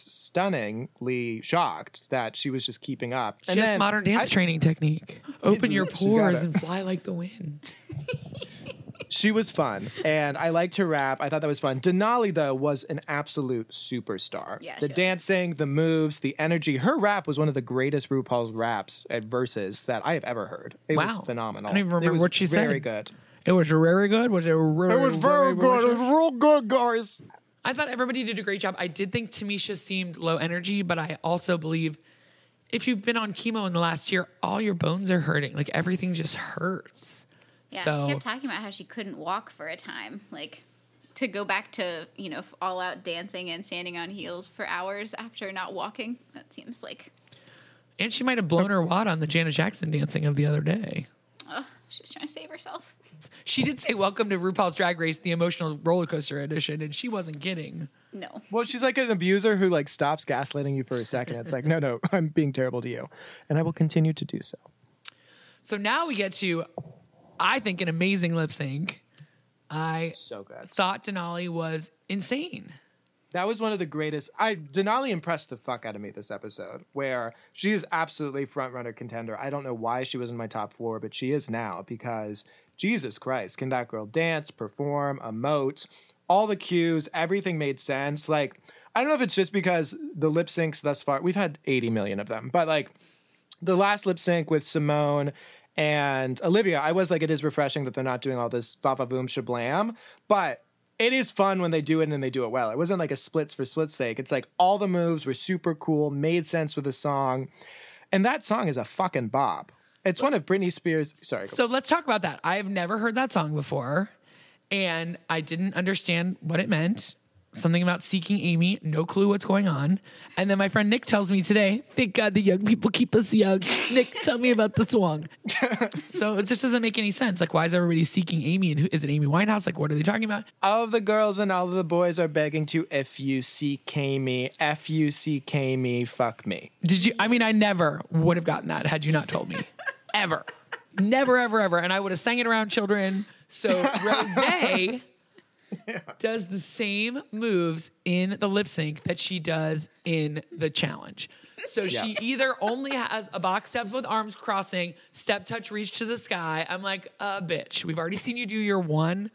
Speaker 1: stunningly shocked that she was just keeping up.
Speaker 3: She
Speaker 1: and
Speaker 3: has
Speaker 1: then
Speaker 3: modern dance
Speaker 1: I-
Speaker 3: training technique. Open your
Speaker 1: She's got
Speaker 3: pores
Speaker 1: it.
Speaker 3: and fly like the wind.
Speaker 1: she was fun, and I liked her rap. I thought that was fun. Denali though was an absolute superstar.
Speaker 4: Yeah,
Speaker 1: the
Speaker 4: she was.
Speaker 1: dancing, the moves, the energy. Her rap was one of the greatest RuPaul's raps at verses that I have ever heard. It
Speaker 3: Wow.
Speaker 1: was phenomenal.
Speaker 3: I don't even remember
Speaker 1: it was
Speaker 3: what she
Speaker 1: very
Speaker 3: said.
Speaker 1: good.
Speaker 3: It was very good. Was it? Very,
Speaker 1: It was very good. It was real good, guys.
Speaker 3: I thought everybody did a great job. I did think Tamisha seemed low energy, but I also believe if you've been on chemo in the last year, all your bones are hurting. Like everything just hurts.
Speaker 4: Yeah,
Speaker 3: so
Speaker 4: she kept talking about how she couldn't walk for a time, like to go back to you know all out dancing and standing on heels for hours after not walking. That seems like
Speaker 3: and she might have blown her wad on the Janet Jackson dancing of the other day.
Speaker 4: oh, she's trying to save herself.
Speaker 3: She did say "Welcome to RuPaul's Drag Race: The Emotional Roller Coaster Edition," and she wasn't kidding.
Speaker 4: No, Oh,
Speaker 1: Well, she's like an abuser who like stops gaslighting you for a second. It's like, no, no, I'm being terrible to you, and I will continue to do so.
Speaker 3: So now we get to, I think, an amazing lip sync. I
Speaker 1: So good.
Speaker 3: thought Denali was insane.
Speaker 1: That was one of the greatest. I Denali impressed the fuck out of me this episode, where she is absolutely front runner contender. I don't know why she was in my top four, but she is now because Jesus Christ, can that girl dance, perform, emote? All the cues, everything made sense. Like I don't know if it's just because the lip syncs thus far, we've had eighty million of them, but like the last lip sync with Simone and Olivia, I was like, it is refreshing that they're not doing all this va va boom shablam, but it is fun when they do it and they do it well. It wasn't like a splits for splits sake. It's like all the moves were super cool, made sense with the song, and that song is a fucking bop. It's one of Britney Spears. Sorry, go-
Speaker 3: So let's talk about that. I've never heard that song before, and I didn't understand what it meant. Something about seeking Amy, no clue what's going on. And then my friend Nick tells me today, thank God the young people keep us young. Nick, tell me about the song. so it just doesn't make any sense. Like, why is everybody seeking Amy? And who is it Amy Winehouse? Like, what are they talking about?
Speaker 1: all of the girls and all of the boys are begging to f u c k me, f u c k me, fuck me.
Speaker 3: Did you? I mean, I never would have gotten that had you not told me. ever. Never, ever, ever. And I would have sang it around children. So Rose does the same moves in the lip sync that she does in the challenge. So she either only has a box step with arms crossing, step touch, reach to the sky. I'm like, uh, bitch, we've already seen you do your one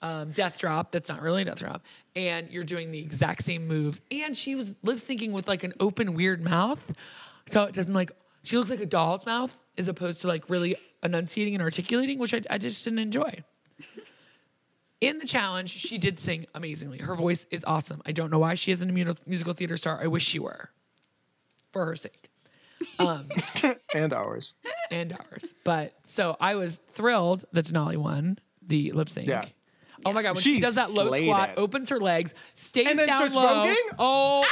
Speaker 3: um, death drop that's not really a death drop and you're doing the exact same moves and she was lip syncing with like an open weird mouth so it doesn't like she looks like a doll's mouth as opposed to like really enunciating and articulating which i, I just didn't enjoy in the challenge she did sing amazingly her voice is awesome i don't know why she isn't a mu- musical theater star i wish she were for her sake
Speaker 1: And ours.
Speaker 3: and ours but so i was thrilled that denali won the lip sync
Speaker 1: Yeah.
Speaker 3: Oh my god! When she,
Speaker 1: She
Speaker 3: does that low
Speaker 1: slayed
Speaker 3: squat,
Speaker 1: it.
Speaker 3: opens her legs, stays
Speaker 1: And then
Speaker 3: down
Speaker 1: starts
Speaker 3: low.
Speaker 1: voguing? Ah!
Speaker 3: Oh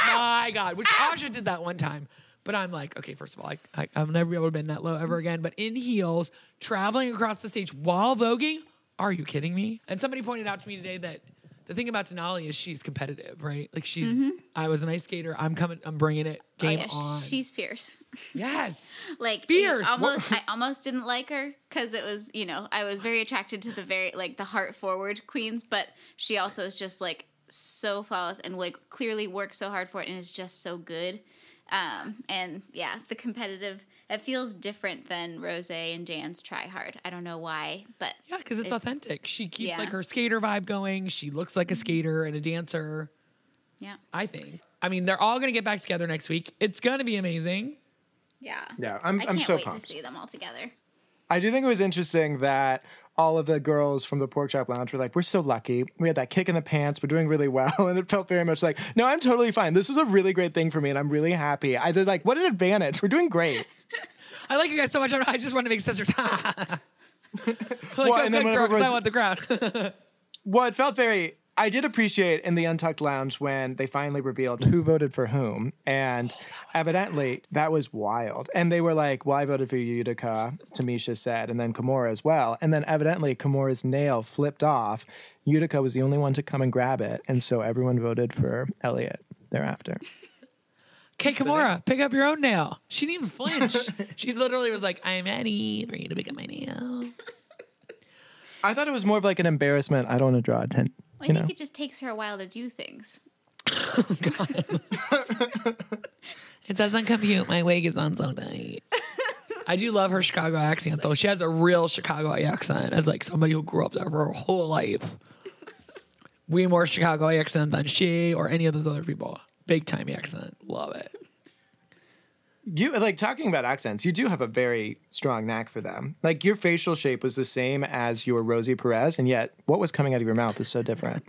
Speaker 3: my god! Which Aja did that one time, but I'm like, okay, first of all, I, I, I'll never be able to bend that low ever again. But in heels, traveling across the stage while voguing, are you kidding me? And somebody pointed out to me today that the thing about Denali is she's competitive, right? Like she's, I was an ice skater. I'm coming. I'm bringing it.
Speaker 4: Mm-hmm. oh,
Speaker 3: Game
Speaker 4: yeah,
Speaker 3: on.
Speaker 4: she's fierce.
Speaker 3: yes.
Speaker 4: Like
Speaker 3: Fierce.
Speaker 4: I almost, I almost didn't like her because it was you know I was very attracted to the very like the heart forward queens, but she also is just like so flawless and like clearly works so hard for it and is just so good. Um, and yeah, the competitive it feels different than Rose and Jan's try hard. I don't know why, but
Speaker 3: Yeah, because it's authentic. She keeps
Speaker 4: yeah. Mm-hmm.
Speaker 3: like her skater vibe going. She looks like a skater and a dancer.
Speaker 4: yeah,
Speaker 3: I think. I mean, they're all going to get back together next week. It's going to be amazing.
Speaker 4: yeah,
Speaker 1: Yeah, I'm-
Speaker 4: I
Speaker 1: I'm
Speaker 4: can't
Speaker 1: so
Speaker 4: wait
Speaker 1: pumped.
Speaker 4: to see them all together.
Speaker 1: I do think it was interesting that all of the girls from the Pork Chop Lounge were like, "We're so lucky. We had that kick in the pants. We're doing really well." And it felt very much like, "No, I'm totally fine. This was a really great thing for me, and I'm really happy." I did like, "What an advantage. We're doing great."
Speaker 3: I like you guys so much. I I just want to make sisters. like,
Speaker 1: Well,
Speaker 3: oh,
Speaker 1: and then
Speaker 3: good girl,
Speaker 1: whenever
Speaker 3: 'cause I
Speaker 1: Rose-
Speaker 3: want the crowd.
Speaker 1: Well, it felt very. I did appreciate in the Untucked Lounge when they finally revealed who voted for whom, and evidently that was wild. And they were like, "Well, I voted for you, Utica," Tamisha said, and then Kimura as well. And then evidently Kimura's nail flipped off. Utica was the only one to come and grab it, and so everyone voted for Elliot thereafter.
Speaker 3: Kate Kimura, pick up your own nail. She didn't even flinch. she literally was like, I'm Eddie for you to pick up my nail.
Speaker 1: I thought it was more of like an embarrassment. I don't want to draw attention.
Speaker 4: Well, I
Speaker 1: You
Speaker 4: think
Speaker 1: know,
Speaker 4: it just takes her a while to do things.
Speaker 3: It doesn't compute. My wig is on so tight. I do love her Chicago accent though. She has a real Chicago accent as like somebody who grew up there her whole life. Way more Chicago accent than she or any of those other people. Big time accent. Love it.
Speaker 1: You like talking about accents. You do have a very strong knack for them. Like your facial shape was the same as your Rosie Perez, and yet what was coming out of your mouth is so different.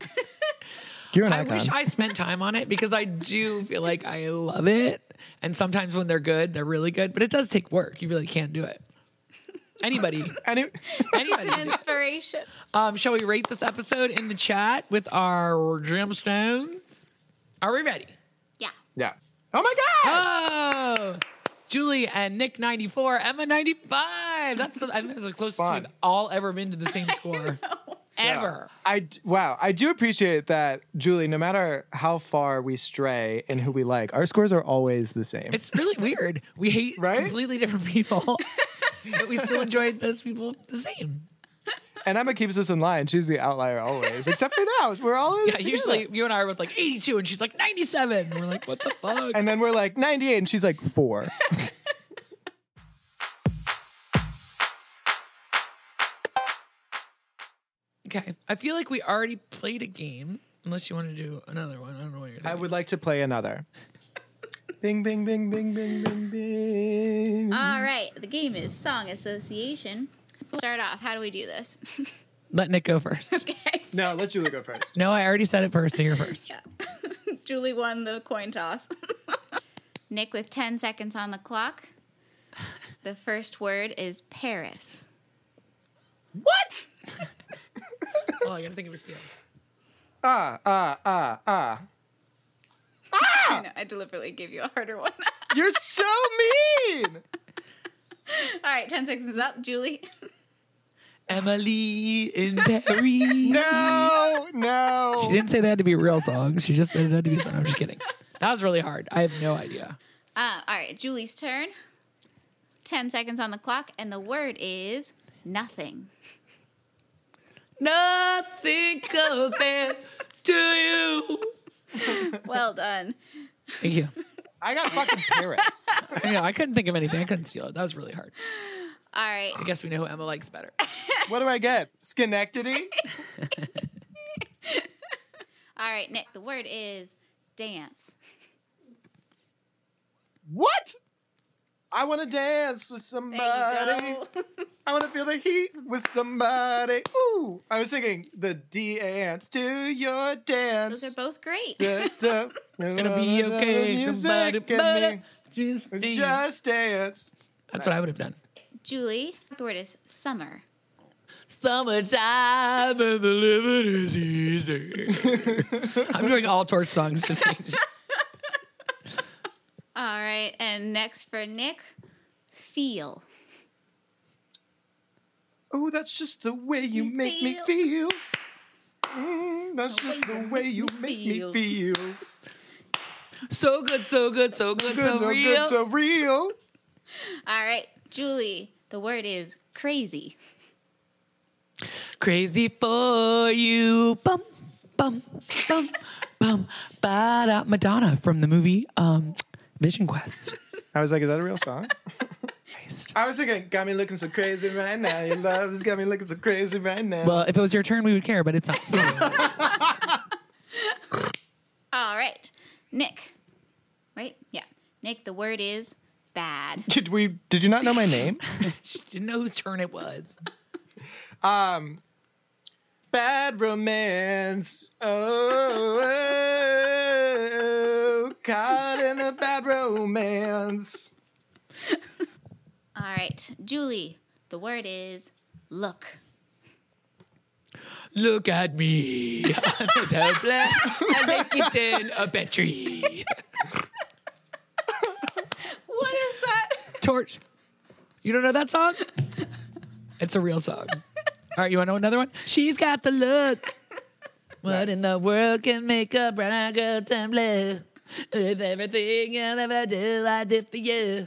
Speaker 1: You're an
Speaker 3: I
Speaker 1: icon.
Speaker 3: wish I spent time on it because I do feel like I love it. And sometimes when they're good, they're really good. But it does take work. You really can't do it. Anybody,
Speaker 1: Any-
Speaker 3: anybody.
Speaker 4: It's an inspiration.
Speaker 3: Um, shall we rate this episode in the chat with our gemstones? Are we ready?
Speaker 4: Yeah.
Speaker 1: yeah. Oh my god!
Speaker 3: Oh, Julie and Nick 94, Emma 95. That's, I think that's the closest
Speaker 1: Fun.
Speaker 3: we've all ever been to the same score. Ever.
Speaker 1: I d- wow. I do appreciate that, Julie. No matter how far we stray and who we like, our scores are always the same.
Speaker 3: It's really weird. We hate
Speaker 1: Right?
Speaker 3: completely different people, but we still enjoyed those people the same.
Speaker 1: and Emma keeps us in line. She's the outlier always, except for now. We're all in. it
Speaker 3: Yeah,
Speaker 1: together.
Speaker 3: usually you and I are with like 82 and she's like 97. We're like, what the fuck?
Speaker 1: And then we're like 98, and she's like four.
Speaker 3: okay. I feel like we already played a game, unless you want to do another one. I don't know what you're thinking.
Speaker 1: I would like to play another. bing, bing, bing, bing, bing, bing, bing.
Speaker 3: Mm-hmm.
Speaker 4: All right. The game is song association. We'll start off. How do we do this?
Speaker 3: Let Nick go first.
Speaker 4: okay.
Speaker 1: no, let Julie go first.
Speaker 3: No, I already said it first, so you're first.
Speaker 4: Yeah. Julie won the coin toss. Nick with 10 seconds on the clock. The first word is Paris.
Speaker 1: What?
Speaker 3: Oh, I gotta think of a steal.
Speaker 1: Ah, ah, ah, ah.
Speaker 4: I know. I deliberately gave you a harder one.
Speaker 1: You're so mean.
Speaker 4: All right. 10 seconds up. Julie.
Speaker 3: Emily in Paris.
Speaker 1: No, no.
Speaker 3: She didn't say they had to be real songs. She just said it had to be songs. I'm just kidding. That was really hard. I have no idea.
Speaker 4: Uh, all right, Julie's turn. Ten seconds on the clock, and the word is nothing.
Speaker 3: Nothing compared to you.
Speaker 4: Well done.
Speaker 3: Thank you.
Speaker 1: I got fucking Paris.
Speaker 3: I, know, I couldn't think of anything. I couldn't steal it. That was really hard.
Speaker 4: All right,
Speaker 3: I guess we know who Emma likes better.
Speaker 1: What do I get? Schenectady?
Speaker 4: all right, Nick. The word is dance.
Speaker 1: What? I want to dance with
Speaker 4: There
Speaker 1: somebody.
Speaker 4: you go.
Speaker 1: I want to feel the heat with somebody. Ooh. I was thinking the dance to your dance.
Speaker 4: Those are both great.
Speaker 1: Da, da.
Speaker 3: It'll be okay. Goodbye,
Speaker 1: Music
Speaker 3: goodbye.
Speaker 1: and
Speaker 3: Just
Speaker 1: me.
Speaker 3: dance.
Speaker 1: Just dance.
Speaker 3: That's what I would have done.
Speaker 4: Julie, the word is summer.
Speaker 3: Summertime and the living is easy. I'm doing all torch songs today.
Speaker 4: All right, and next for Nick, feel.
Speaker 1: Oh, that's just the way you make me feel. Mm, that's just the way you make me feel.
Speaker 3: So good, so good, so good,
Speaker 1: Good,
Speaker 3: so
Speaker 1: so
Speaker 3: real.
Speaker 1: good, so real.
Speaker 4: All right, Julie, the word is crazy.
Speaker 3: Crazy for you. Bum, bum, bum, bum. Ba-da. Madonna from the movie um, Vision Quest.
Speaker 1: I was like, is that a real song?
Speaker 3: Christ.
Speaker 1: I was thinking, got me looking so crazy right now. Your love has got me looking so crazy right now.
Speaker 3: Well, if it was your turn, we would care, but it's not.
Speaker 4: All right, Nick. Right? Yeah. Nick, the word is bad.
Speaker 1: did we? Did you not know my name?
Speaker 3: she didn't know whose turn it was.
Speaker 1: Bad romance. Oh, oh, caught in a bad romance.
Speaker 4: All right, Julie, the word is look.
Speaker 3: Look at me. I'm as hopeless as a kitten up a tree.
Speaker 4: What is that?
Speaker 3: Torch. You don't know that song? It's a real song. All right, you want to know another one? She's got the look. What
Speaker 1: Nice.
Speaker 3: in the world can make a brown eyed girl turn blue? If everything you'll ever do, I did for you.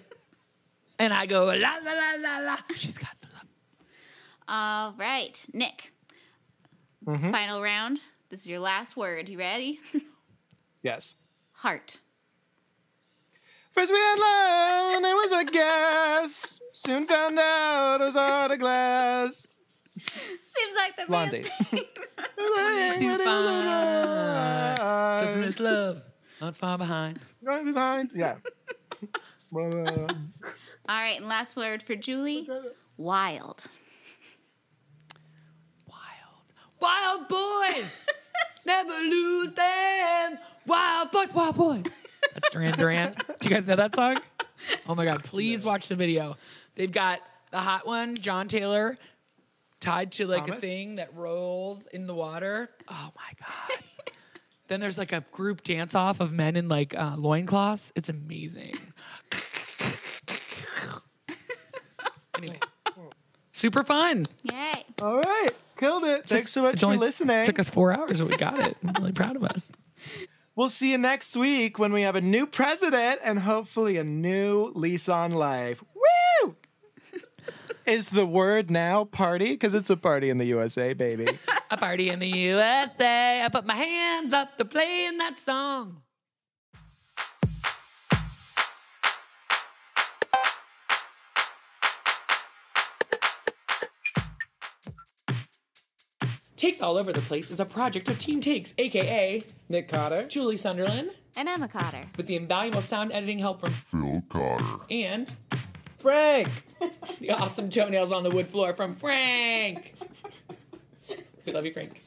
Speaker 3: And I go, la, la, la, la, la. She's got the look.
Speaker 4: All right, Nick.
Speaker 1: Mm-hmm.
Speaker 4: Final round. This is your last word. You ready?
Speaker 1: Yes.
Speaker 4: Heart.
Speaker 1: First we had love, and it was a guess. Soon found out it was out of glass.
Speaker 4: Seems like the
Speaker 1: Blonde
Speaker 4: man
Speaker 1: date.
Speaker 4: thing.
Speaker 3: Too
Speaker 1: But it was
Speaker 3: far. Just
Speaker 1: alright.
Speaker 3: miss love. That's far behind.
Speaker 1: Right behind- Yeah. Blah, blah, blah.
Speaker 4: All right, and last word for Julie. Wild.
Speaker 3: Wild. Wild boys. Never lose them. Wild boys, wild boys. That's Duran Duran. Do you guys know that song? Oh my God. Please watch the video. They've got the hot one, John Taylor, tied to like a
Speaker 1: Thomas?
Speaker 3: thing that rolls in the water. Oh my God. then there's like a group dance off of men in like uh, loincloths. It's amazing. anyway, super fun.
Speaker 4: Yay.
Speaker 1: All right. Killed it. Thanks so much
Speaker 3: It
Speaker 1: for
Speaker 3: only
Speaker 1: listening.
Speaker 3: Took us four hours, but we got it. I'm really proud of us.
Speaker 1: We'll see you next week when we have a new president and hopefully a new lease on life. Woo! Is the word now party? Because it's a party in the USA, baby.
Speaker 3: A party in the USA. I put my hands up. They're playing that song. Takes All Over the Place is a project of Team Takes, aka
Speaker 1: Nick Cotter.
Speaker 3: Julie Sunderland,
Speaker 4: And I'm a cotter.
Speaker 3: with the invaluable sound editing help from
Speaker 5: Phil Cotter.
Speaker 3: and
Speaker 1: Frank.
Speaker 3: the awesome toenails on the wood floor from Frank. we love you, Frank.